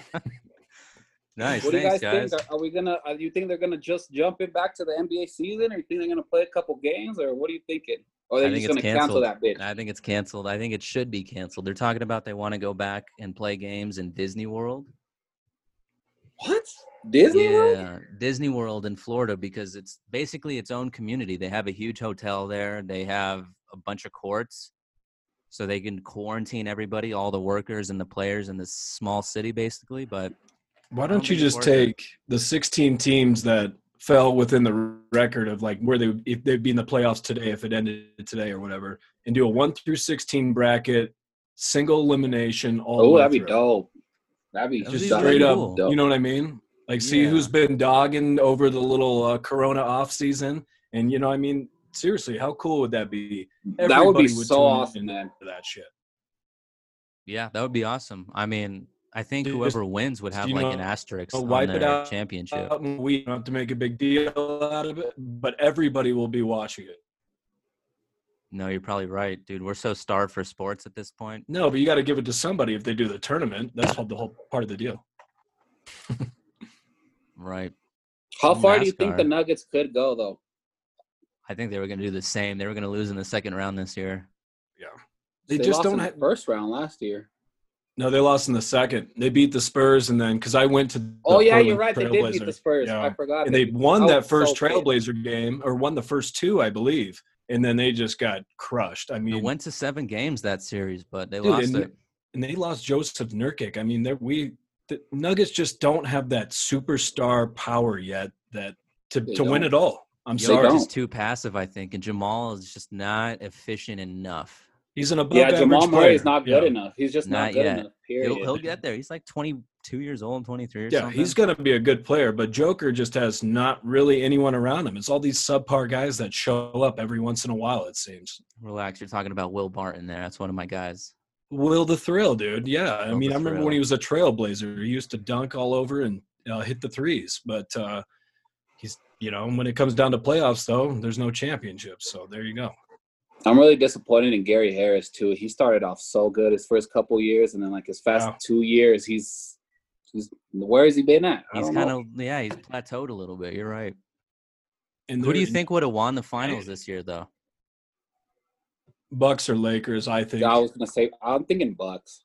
Speaker 1: nice,
Speaker 7: what do you
Speaker 1: thanks,
Speaker 7: guys,
Speaker 1: guys.
Speaker 7: think? Are, are we gonna? Are, you think they're gonna just jump it back to the NBA season, or you think they're gonna play a couple games, or what are you thinking? Or
Speaker 1: I
Speaker 7: they're
Speaker 1: think
Speaker 7: just
Speaker 1: it's
Speaker 7: gonna cancel
Speaker 1: canceled.
Speaker 7: that bid?
Speaker 1: I think it's canceled. I think it should be canceled. They're talking about they want to go back and play games in Disney World.
Speaker 7: What? Disney
Speaker 1: yeah,
Speaker 7: World?
Speaker 1: Disney World in Florida because it's basically its own community. They have a huge hotel there. They have a bunch of courts, so they can quarantine everybody, all the workers and the players in this small city, basically. But
Speaker 6: Why
Speaker 1: don't
Speaker 6: don't you
Speaker 1: think it's
Speaker 6: just
Speaker 1: worth it.
Speaker 6: take the 16 teams that fell within the record of like where they would- if they'd be in the playoffs today if it ended today or whatever, and do a one through 16 bracket, single elimination all. the
Speaker 7: Oh,
Speaker 6: way
Speaker 7: that'd be
Speaker 6: through.
Speaker 7: dope. That'd be
Speaker 1: That'd
Speaker 7: just
Speaker 1: be
Speaker 7: dope.
Speaker 6: Straight up,
Speaker 1: cool.
Speaker 7: Dope.
Speaker 6: you know what I mean? Like, see
Speaker 1: Yeah.
Speaker 6: who's been dogging over the little uh, Corona off season, and you know, I mean, seriously, how cool would that be?
Speaker 7: that would be
Speaker 6: everybody would
Speaker 7: so
Speaker 6: tune
Speaker 7: awesome,
Speaker 6: in.
Speaker 7: man.
Speaker 6: For that shit.
Speaker 1: yeah, that would be awesome. I mean, I think
Speaker 6: Dude,
Speaker 1: whoever wins would
Speaker 6: do
Speaker 1: have
Speaker 6: you
Speaker 1: like
Speaker 6: know-
Speaker 1: an asterisk
Speaker 6: know,
Speaker 1: on
Speaker 6: wipe
Speaker 1: their
Speaker 6: it out-
Speaker 1: championship.
Speaker 6: Out in a week, you don't have to make a big deal out of it, but everybody will be watching it.
Speaker 1: No, you're probably right, dude. We're so starved for sports at this point.
Speaker 6: No, but you got to give it to somebody if they do the tournament. That's what the whole part of the deal.
Speaker 1: Right.
Speaker 7: How far do you
Speaker 1: NASCAR.
Speaker 7: think the Nuggets could go, though?
Speaker 1: I think they were going to do the same. They were going to lose in the second round this year.
Speaker 6: They, just
Speaker 7: lost
Speaker 6: don't
Speaker 7: in the
Speaker 6: have.
Speaker 7: first round last year.
Speaker 6: No, they lost in the second. They beat the Spurs, and then because I went to. The
Speaker 7: Oh yeah, you're
Speaker 6: Portland
Speaker 7: right. They did beat the
Speaker 6: Trailblazers,
Speaker 7: Spurs.
Speaker 6: Yeah.
Speaker 7: I forgot.
Speaker 6: and they won
Speaker 7: I
Speaker 6: that
Speaker 7: was
Speaker 6: first
Speaker 7: so pissed.
Speaker 6: Trailblazer game, or won the first two, I believe, and then they just got crushed. I
Speaker 1: They
Speaker 6: mean,
Speaker 1: went to seven games that series, but they
Speaker 6: Dude,
Speaker 1: lost
Speaker 6: and-
Speaker 1: it.
Speaker 6: and they lost Joseph Nurkic. I mean, they're- we the Nuggets just don't have that superstar power yet that to
Speaker 7: They
Speaker 6: to win
Speaker 7: don't.
Speaker 6: it all. I'm
Speaker 1: Jokic
Speaker 6: sorry,
Speaker 7: don't.
Speaker 1: is too passive, I think, and Jamal is just not efficient enough.
Speaker 6: he's an above
Speaker 7: yeah, Jamal
Speaker 6: average
Speaker 7: Murray is
Speaker 6: player.
Speaker 7: not good
Speaker 6: Yeah.
Speaker 7: enough. He's just not,
Speaker 1: Not
Speaker 7: good
Speaker 1: yet.
Speaker 7: enough.
Speaker 1: He'll,
Speaker 7: Period.
Speaker 1: he'll get there. He's like 22 years old, 23 or
Speaker 6: Yeah,
Speaker 1: something.
Speaker 6: he's going to be a good player, but Joker just has not really anyone around him. It's all these subpar guys that show up every once in a while, it seems.
Speaker 1: Relax. You're talking about Will Barton there. That's one of my guys.
Speaker 6: Will the thrill, dude. Yeah. I
Speaker 1: Will
Speaker 6: mean,
Speaker 1: the
Speaker 6: I remember
Speaker 1: Thrill.
Speaker 6: when he was a trailblazer, he used to dunk all over and uh, hit the threes. But uh, he's, you know, when it comes down to playoffs, though, there's no championship. So there you go.
Speaker 7: I'm really disappointed in Gary Harris too. He started off so good his first couple years, and then like his fast
Speaker 6: Yeah.
Speaker 7: two years, he's he's where has he been at? I
Speaker 1: He's
Speaker 7: don't
Speaker 1: kind
Speaker 7: know.
Speaker 1: of, yeah, he's plateaued a little bit. You're right.
Speaker 6: And
Speaker 1: Who do you
Speaker 6: there-
Speaker 1: think would have won the finals this year, though?
Speaker 6: Bucks or Lakers, I think.
Speaker 7: Yeah, I was gonna say I'm thinking Bucks.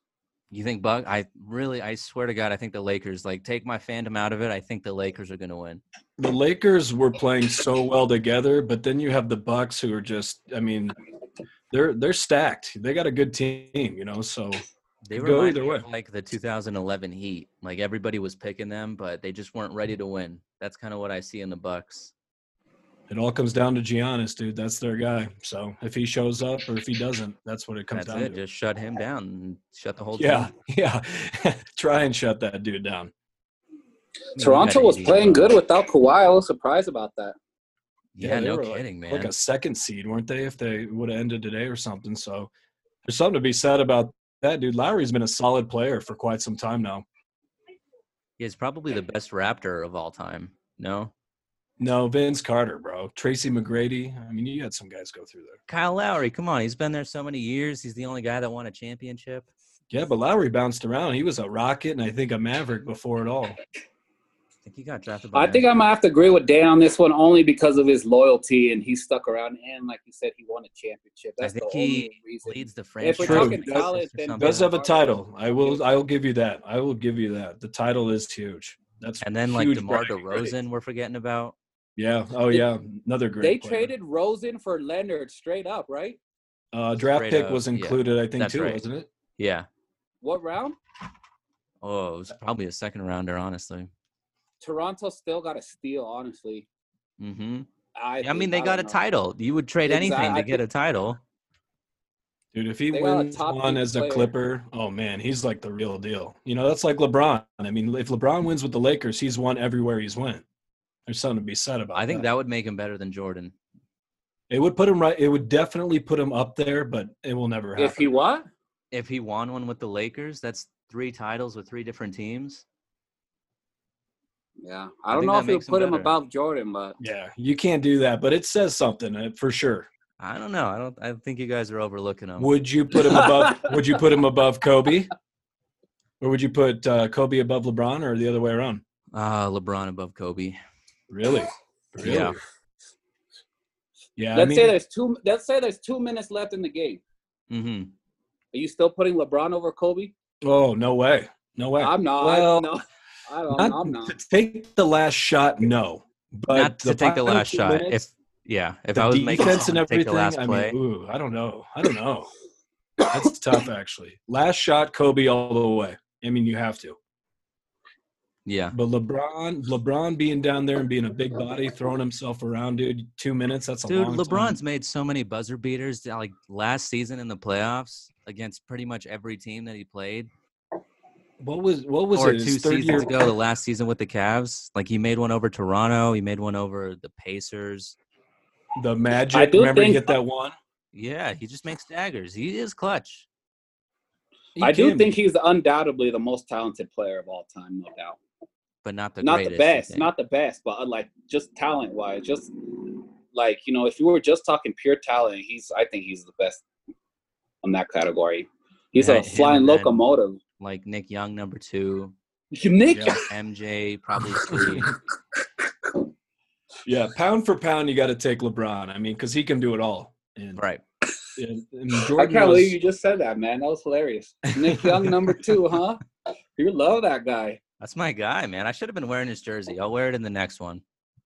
Speaker 1: You think Buck? I really, I swear to God, I think the Lakers. Like, take my fandom out of it. I think the Lakers are going to win.
Speaker 6: the Lakers were playing so well together, but then you have the Bucks who are just I mean, they're they're stacked. They got a good team, you know, so
Speaker 1: They
Speaker 6: Go
Speaker 1: were
Speaker 6: either way.
Speaker 1: like the 2011 Heat. Like everybody was picking them, but they just weren't ready to win. That's kind of what I see in the Bucks.
Speaker 6: it all comes down to Giannis, dude. That's their guy. So if he shows up or if he doesn't, that's what it comes
Speaker 1: That's
Speaker 6: down
Speaker 1: it.
Speaker 6: to.
Speaker 1: Just shut him down. and Shut the whole
Speaker 6: Yeah,
Speaker 1: team.
Speaker 6: yeah. Try and shut that dude down.
Speaker 7: Toronto
Speaker 1: gotta
Speaker 7: was
Speaker 1: eat
Speaker 7: playing
Speaker 1: up.
Speaker 7: good without Kawhi. I was surprised about that.
Speaker 1: Yeah,
Speaker 6: they
Speaker 1: no
Speaker 6: were, like-
Speaker 1: kidding, man.
Speaker 6: Like a second seed, weren't they? If they would have ended today or something. So there's something to be said about that, dude. Lowry's been a solid player for quite some time now.
Speaker 1: He's probably the best Raptor of all time. No,
Speaker 6: No, Vince Carter, bro. Tracy McGrady. I mean, you had some guys go through there.
Speaker 1: Kyle Lowry. Come on, he's been there so many years. He's the only guy that won a championship.
Speaker 6: Yeah, but Lowry bounced around. He was a Rocket and I think a Maverick before it all.
Speaker 1: I think he got drafted. By
Speaker 7: I think I might have to agree with Dan on this one only because of his loyalty and he stuck around and like you said, he won a championship.
Speaker 1: I
Speaker 7: That's
Speaker 1: think
Speaker 7: the
Speaker 1: he
Speaker 7: only reason.
Speaker 1: leads the franchise.
Speaker 7: If we're
Speaker 6: talking
Speaker 1: Does-
Speaker 7: college,
Speaker 1: or
Speaker 7: then
Speaker 1: something.
Speaker 6: Does have a title. I will. I will give you that. I will give you that. The title is huge. That's
Speaker 1: and then like
Speaker 6: huge
Speaker 1: DeMar
Speaker 6: bragging
Speaker 1: DeRozan,
Speaker 6: rights.
Speaker 1: we're forgetting about.
Speaker 6: Yeah. Oh yeah. Another great.
Speaker 7: They
Speaker 6: player.
Speaker 7: traded Rosen for Leonard straight up, right?
Speaker 6: Uh, draft
Speaker 1: Straight
Speaker 6: pick
Speaker 1: up,
Speaker 6: was
Speaker 1: yeah.
Speaker 6: included. I think
Speaker 1: That's
Speaker 6: too,
Speaker 1: right.
Speaker 6: wasn't it?
Speaker 1: Yeah.
Speaker 7: What round?
Speaker 1: Oh, it was probably a second rounder, honestly.
Speaker 7: Toronto still got a steal, honestly.
Speaker 1: hmm
Speaker 7: I,
Speaker 1: I, mean,
Speaker 7: think-
Speaker 1: they
Speaker 7: I
Speaker 1: got a
Speaker 7: don't know.
Speaker 1: title. You would trade
Speaker 7: Exact-
Speaker 1: anything
Speaker 7: I
Speaker 1: to get a title.
Speaker 6: Dude, if he
Speaker 7: They got a
Speaker 6: wins
Speaker 7: top
Speaker 6: one
Speaker 7: eight
Speaker 6: as a
Speaker 7: player.
Speaker 6: Clipper, oh man, he's like the real deal. You know, that's like LeBron. I mean, if LeBron wins with the Lakers, he's won everywhere he's went. There's something to be said about.
Speaker 1: I think that would make him better than Jordan.
Speaker 6: It would put him right. It would definitely put him up there, but it will never happen.
Speaker 7: If he what?
Speaker 1: If he won one with the Lakers, that's three titles with three different teams.
Speaker 7: Yeah,
Speaker 1: I
Speaker 7: I don't
Speaker 1: think
Speaker 7: know
Speaker 1: that
Speaker 7: if you
Speaker 1: makes him
Speaker 7: put him
Speaker 1: better.
Speaker 7: above Jordan, but
Speaker 6: yeah, you can't do that, but it says something uh, for sure.
Speaker 1: I don't know. I don't. I think you guys are overlooking him.
Speaker 6: Would you put him above? would you put him above Kobe, or would you put uh, Kobe above LeBron, or the other way around?
Speaker 1: Uh, LeBron above Kobe.
Speaker 6: Really?
Speaker 1: Yeah.
Speaker 6: Yeah.
Speaker 7: Let's
Speaker 6: I mean,
Speaker 7: say there's two. Let's say there's two minutes left in the game.
Speaker 1: Mm-hmm.
Speaker 7: Are you still putting LeBron over Kobe?
Speaker 6: oh no way! No way!
Speaker 7: I'm not.
Speaker 6: Well,
Speaker 7: no, I don't,
Speaker 6: not
Speaker 7: I'm not.
Speaker 6: to take the last shot, no. But
Speaker 1: Not to take the
Speaker 6: final
Speaker 1: last
Speaker 6: two
Speaker 1: shot. If
Speaker 6: minutes,
Speaker 1: yeah, if
Speaker 6: the
Speaker 1: I was making
Speaker 6: defense and
Speaker 1: someone
Speaker 6: everything,
Speaker 1: take the last
Speaker 6: I
Speaker 1: play,
Speaker 6: mean, ooh, I don't know. I don't know. That's tough, actually. Last shot, Kobe, all the way. I mean, you have to.
Speaker 1: yeah,
Speaker 6: But LeBron, LeBron being down there and being a big body, throwing himself around, dude. Two minutes. That's a
Speaker 1: dude,
Speaker 6: long
Speaker 1: LeBron's
Speaker 6: time.
Speaker 1: made so many buzzer beaters uh, like last season in the playoffs against pretty much every team that he played,
Speaker 6: What was what was
Speaker 1: or
Speaker 6: it?
Speaker 1: two
Speaker 6: His third
Speaker 1: seasons
Speaker 6: year.
Speaker 1: ago, the last season with the Cavs. Like he made one over Toronto, he made one over the Pacers.
Speaker 6: The
Speaker 7: I
Speaker 6: Magic.
Speaker 7: do
Speaker 6: Remember, he
Speaker 7: think-
Speaker 6: hit that one.
Speaker 1: Yeah, he just makes daggers. He is clutch.
Speaker 6: He
Speaker 7: I do
Speaker 6: can
Speaker 7: think
Speaker 6: be.
Speaker 7: he's undoubtedly the most talented player of all time, no doubt.
Speaker 1: but not the
Speaker 7: not
Speaker 1: greatest.
Speaker 7: the
Speaker 1: I
Speaker 7: best,
Speaker 1: think.
Speaker 7: not the best, but uh, like just talent wise, just like you know, if you were just talking pure talent, he's I think he's the best on that category. He's
Speaker 1: Yeah,
Speaker 7: a
Speaker 1: him
Speaker 7: flying
Speaker 1: and-
Speaker 7: locomotive.
Speaker 1: like Nick Young number two,
Speaker 7: Nick,
Speaker 6: Yeah.
Speaker 1: MJ probably three.
Speaker 6: Yeah, pound for pound, you got to take LeBron. I mean, because he can do it all. And,
Speaker 1: right.
Speaker 6: and, and
Speaker 7: I
Speaker 6: Jordan
Speaker 7: can't
Speaker 6: was-
Speaker 7: believe you just said that, man. That was hilarious. Nick Young, number two, huh? You love that guy.
Speaker 1: That's my guy, man. I should have been wearing his jersey. I'll wear it in the next one.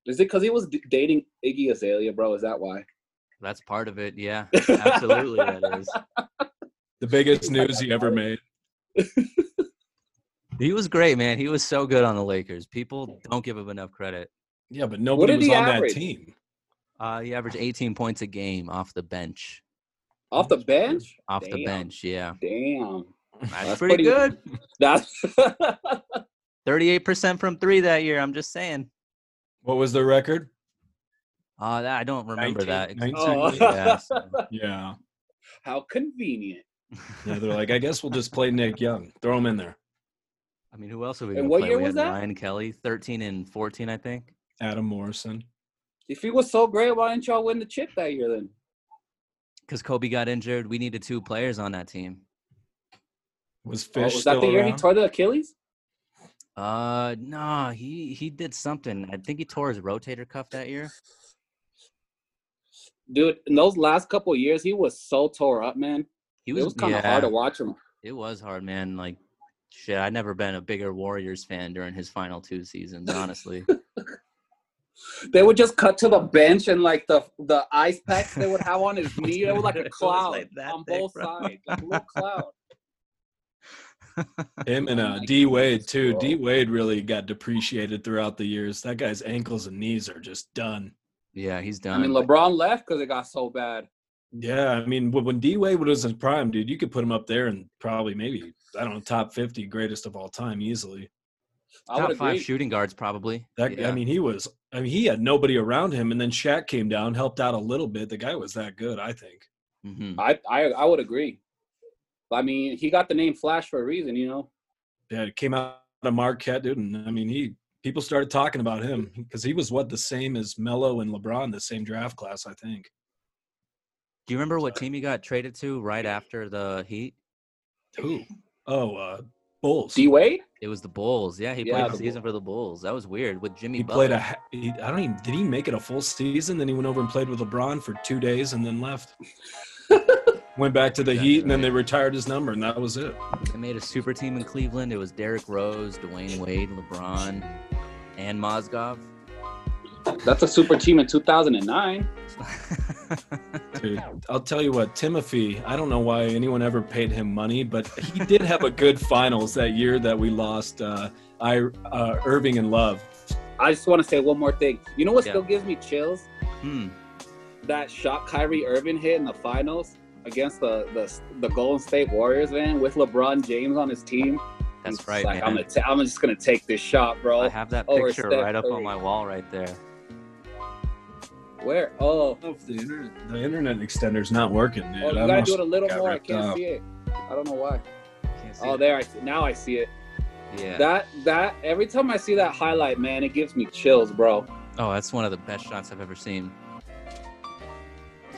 Speaker 7: Is it because he was d- dating Iggy Azalea, bro? Is that why?
Speaker 1: That's part of it. Yeah, absolutely. that is.
Speaker 6: the biggest news he ever made.
Speaker 1: He was great, man. He was so good on the Lakers. People don't give him enough credit.
Speaker 6: Yeah, but nobody
Speaker 7: did
Speaker 6: was
Speaker 7: he
Speaker 6: on
Speaker 7: average?
Speaker 6: that team.
Speaker 1: Uh, he averaged 18 points a game off the bench.
Speaker 7: Off the bench?
Speaker 1: Off the
Speaker 7: Damn.
Speaker 1: bench, yeah.
Speaker 7: Damn.
Speaker 1: That's,
Speaker 7: That's
Speaker 1: pretty,
Speaker 7: pretty-
Speaker 1: good.
Speaker 7: That's
Speaker 1: 38% from three that year. I'm just saying.
Speaker 6: What was their record?
Speaker 1: Uh, that, I don't remember
Speaker 6: 19
Speaker 1: that. exactly.
Speaker 6: 19.
Speaker 7: Oh.
Speaker 1: Yeah, so-
Speaker 6: Yeah.
Speaker 7: how convenient. Oh.
Speaker 6: Yeah, they're like, I guess we'll just play Nick Young. Throw him in there.
Speaker 1: I mean, who else are we
Speaker 7: And
Speaker 1: going to
Speaker 7: what
Speaker 1: play?
Speaker 7: year
Speaker 1: We
Speaker 7: was
Speaker 1: had
Speaker 7: that?
Speaker 1: Ryan Kelly, 13 and 14, I think.
Speaker 6: Adam Morrison.
Speaker 7: If he was so great, why didn't y'all win the chip that year then?
Speaker 1: Because Kobe got injured, we needed two players on that team.
Speaker 6: Was
Speaker 7: Oh,
Speaker 6: Fish
Speaker 7: was
Speaker 6: still
Speaker 7: that the year
Speaker 6: around?
Speaker 7: he tore the Achilles?
Speaker 1: Uh, nah, he he did something. I think he tore his rotator cuff that year.
Speaker 7: Dude, in those last couple of years, he was so tore up, man.
Speaker 1: He
Speaker 7: it was kind of hard to watch him.
Speaker 1: It was hard, man. Like, shit, I've never been a bigger Warriors fan during his final two seasons. Honestly,
Speaker 7: They would just cut to the bench and like the the ice packs they would have on his knee. It was like
Speaker 1: It
Speaker 7: a
Speaker 1: was
Speaker 7: cloud
Speaker 1: like that
Speaker 7: on
Speaker 1: big,
Speaker 7: both
Speaker 1: bro.
Speaker 7: sides, like a little cloud.
Speaker 6: Him and uh, D Wade, too. D Wade really got depreciated throughout the years. That guy's ankles and knees are just done.
Speaker 1: yeah, he's
Speaker 7: I
Speaker 1: done.
Speaker 7: mean, LeBron left because it got so bad.
Speaker 6: Yeah, I mean, wh- when D Wade was in prime, dude, you could put him up there and probably maybe, I don't know, top 50 greatest of all time easily.
Speaker 7: I
Speaker 1: Top
Speaker 7: would
Speaker 1: five
Speaker 7: agree.
Speaker 1: shooting guards, probably.
Speaker 6: That
Speaker 1: yeah.
Speaker 6: I mean, he was. I mean, he had nobody around him, and then Shaq came down, helped out a little bit. The guy was that good, I think.
Speaker 1: Mhm.
Speaker 7: I, I I would agree. I mean, he got the name Flash for a reason, you know.
Speaker 6: Yeah, it came out of Marquette, dude, and I mean, he people started talking about him because he was what the same as Melo and LeBron, the same draft class, I think.
Speaker 1: Do you remember what team he got traded to right after the Heat?
Speaker 6: Who? Oh, uh, Bulls.
Speaker 7: D Wade.
Speaker 1: It was the Bulls. Yeah, he
Speaker 7: Yeah,
Speaker 1: played
Speaker 7: the
Speaker 1: the season for the Bulls. That was weird with Jimmy.
Speaker 6: he
Speaker 1: Butler.
Speaker 6: played a. ha- He, I don't even. Did he make it a full season? Then he went over and played with LeBron for two days, and then left. went back to the
Speaker 1: Exactly
Speaker 6: Heat, and then
Speaker 1: right.
Speaker 6: they retired his number, and that was it.
Speaker 1: I made a super team in Cleveland. It was Derrick Rose, Dwayne Wade, LeBron, and Mozgov.
Speaker 7: That's a super team in 2009.
Speaker 6: Dude, I'll tell you what, Timothy, I don't know why anyone ever paid him money, but he did have a good finals that year that we lost uh, I, uh, Irving and Love.
Speaker 7: I just want to say one more thing. You know what
Speaker 1: Yeah.
Speaker 7: still gives me chills?
Speaker 1: hmm.
Speaker 7: That shot Kyrie Irving hit in the finals against the the, the Golden State Warriors, man, with LeBron James on his team. He's
Speaker 1: That's
Speaker 7: just
Speaker 1: right,
Speaker 7: like,
Speaker 1: man.
Speaker 7: I'm, gonna ta- I'm just gonna take this shot,
Speaker 1: I
Speaker 7: bro.
Speaker 1: have that
Speaker 7: over
Speaker 1: picture
Speaker 7: Steph
Speaker 1: right up on
Speaker 7: Curry.
Speaker 1: my wall right there.
Speaker 7: Where? Oh,
Speaker 6: The internet, the internet extender's not working, dude.
Speaker 7: oh, you
Speaker 6: I
Speaker 7: gotta
Speaker 6: must-
Speaker 7: do it a little
Speaker 6: got
Speaker 7: more. I
Speaker 6: ripped
Speaker 7: can't
Speaker 6: off.
Speaker 7: see it. I don't know why.
Speaker 1: Can't see
Speaker 7: Oh,
Speaker 1: it.
Speaker 7: there I see. Now I see it.
Speaker 1: Yeah.
Speaker 7: That that every time I see that highlight, man, it gives me chills, bro.
Speaker 1: oh, that's one of the best shots I've ever seen.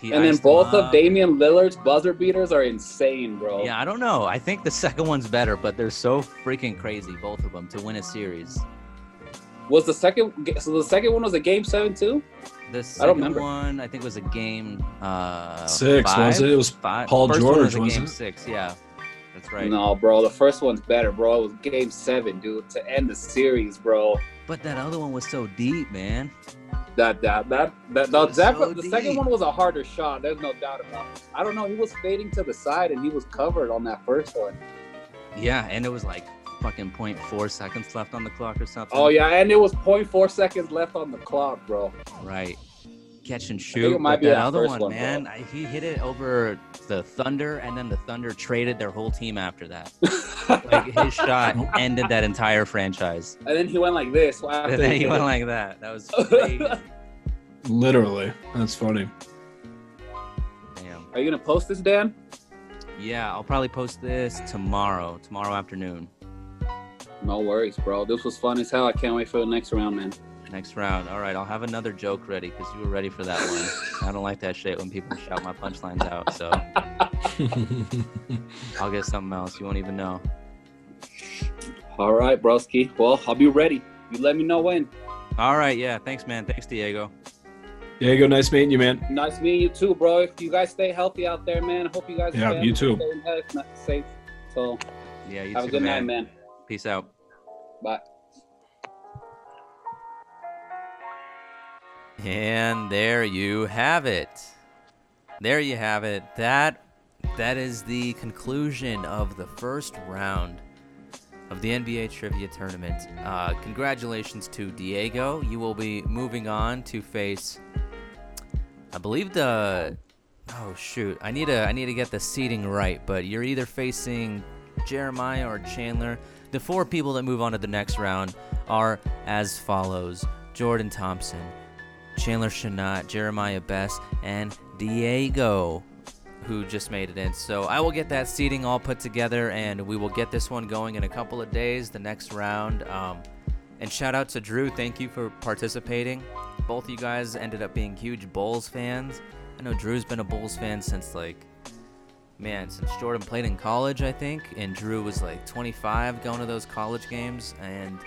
Speaker 8: He
Speaker 7: and then
Speaker 8: iced
Speaker 7: both
Speaker 8: him
Speaker 7: of
Speaker 8: up.
Speaker 7: Damian Lillard's buzzer beaters are insane, bro.
Speaker 8: Yeah, I don't know. I think the second one's better, but they're so freaking crazy, both of them, to win a series.
Speaker 7: Was the second so the second one was a game seven too?
Speaker 8: The second
Speaker 7: remember.
Speaker 8: one, I think, was a game uh,
Speaker 6: Six
Speaker 8: five?
Speaker 6: was it? It was
Speaker 8: Five.
Speaker 6: Paul
Speaker 8: first one
Speaker 6: George,
Speaker 8: was a
Speaker 6: wasn't
Speaker 8: game
Speaker 6: it?
Speaker 8: six. Yeah, that's right.
Speaker 7: No, bro. The first one's better, bro. It was game seven, dude, to end the series, bro.
Speaker 8: But that other one was so deep, man.
Speaker 7: That that that that,
Speaker 8: So-
Speaker 7: that, that-
Speaker 8: so
Speaker 7: the second
Speaker 8: deep.
Speaker 7: one was a harder shot. There's no doubt about. It. I don't know. He was fading to the side, and he was covered on that first one.
Speaker 8: Yeah, and it was like fucking 0.4 seconds left on the clock or something.
Speaker 7: Oh yeah, and it was 0.4 seconds left on the clock, bro.
Speaker 8: Right. Catch and
Speaker 7: think
Speaker 8: shoot.
Speaker 7: it might
Speaker 8: but
Speaker 7: be
Speaker 8: that,
Speaker 7: that
Speaker 8: other
Speaker 7: first
Speaker 8: one,
Speaker 7: one, bro.
Speaker 8: man, I, he hit it over the Thunder, and then the Thunder traded their whole team after that. like his shot ended that entire franchise.
Speaker 7: And then he went like this. after
Speaker 8: And then
Speaker 7: he
Speaker 8: he
Speaker 7: did
Speaker 8: went
Speaker 7: it.
Speaker 8: like that. That was crazy.
Speaker 6: Literally, that's funny.
Speaker 8: Damn.
Speaker 7: Are you gonna post this, Dan?
Speaker 8: Yeah, I'll probably post this tomorrow, tomorrow afternoon,
Speaker 7: No worries, bro. This was fun as hell. I can't wait for the next round, man.
Speaker 8: next round. All right, I'll have another joke ready because you were ready for that one. I don't like that shit when people shout my punchlines out, so I'll get something else. You won't even know.
Speaker 7: All right, broski. Well, I'll be ready. You let me know when.
Speaker 8: All right, yeah, thanks, man. Thanks, Diego.
Speaker 6: Diego, nice meeting you, man.
Speaker 7: Nice meeting you too, bro. If you guys stay healthy out there, man. I hope you guys
Speaker 6: Yeah,
Speaker 7: stay
Speaker 6: you too.
Speaker 7: Stay in health, not safe. So
Speaker 8: Yeah, you
Speaker 7: have
Speaker 8: too,
Speaker 7: a good
Speaker 8: man.
Speaker 7: night, man.
Speaker 8: Peace out.
Speaker 7: Bye.
Speaker 1: And there you have it. There you have it. That that is the conclusion of the first round of the NBA trivia tournament. Uh, congratulations to Diego. You will be moving on to face I believe the Oh shoot. I need to I need to get the seating right, but you're either facing Jeremiah or Chandler. The four people that move on to the next round are as follows: Jordan Thompson, Chandler Chanat, Jeremiah Best, and Diego, who just made it in. So I will get that seating all put together, and we will get this one going in a couple of days. The next round. Um, and shout out to Drew. Thank you for participating. Both of you guys ended up being huge Bulls fans. I know Drew's been a Bulls fan since like. Man, since Jordan played in college, I think, and Drew was like 25 going to those college games, and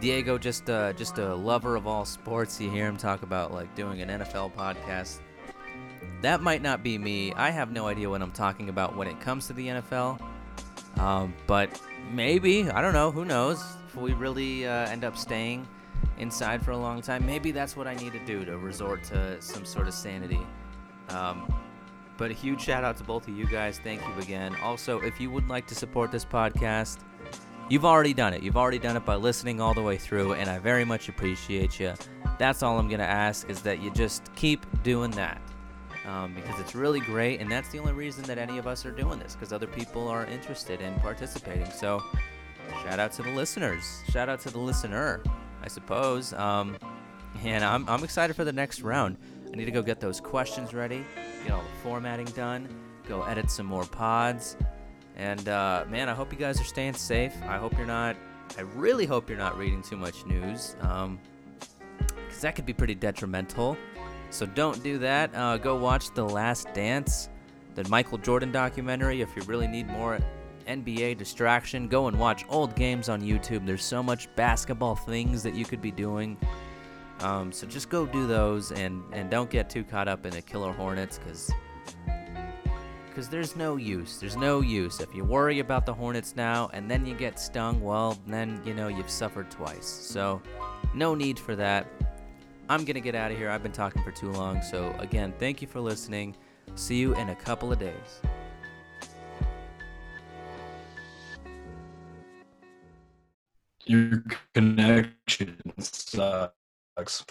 Speaker 1: Diego, just uh, just a lover of all sports. You hear him talk about like doing an NFL podcast. That might not be me. I have no idea what I'm talking about when it comes to the NFL. Um, but maybe I don't know. Who knows? If we really uh, end up staying inside for a long time, maybe that's what I need to do to resort to some sort of sanity. Um, but a huge shout out to both of you guys. Thank you again. Also, if you would like to support this podcast, You've already done it. You've already done it by listening all the way through, and I very much appreciate you. That's all I'm going to ask is that you just keep doing that um, because it's really great, and that's the only reason that any of us are doing this because other people are interested in participating. So, shout out to the listeners. Shout out to the listener, I suppose. Um, and I'm, I'm excited for the next round. I need to go get those questions ready, get all the formatting done, go edit some more pods. And uh, man, I hope you guys are staying safe. I hope you're not. I really hope you're not reading too much news, because that could be pretty detrimental. So don't do that. Uh, go watch The Last Dance, the Michael Jordan documentary. If you really need more NBA distraction, go and watch old games on YouTube. There's so much basketball things that you could be doing. Um, so just go do those, and and don't get too caught up in the Killer Hornets, because because there's no use. There's no use. If you worry about the Hornets now and then you get stung, well, then, you know, you've suffered twice. So, no need for that. I'm going to get out of here. I've been talking for too long. So, again, thank you for listening. See you in a couple of days.
Speaker 6: Your connection sucks.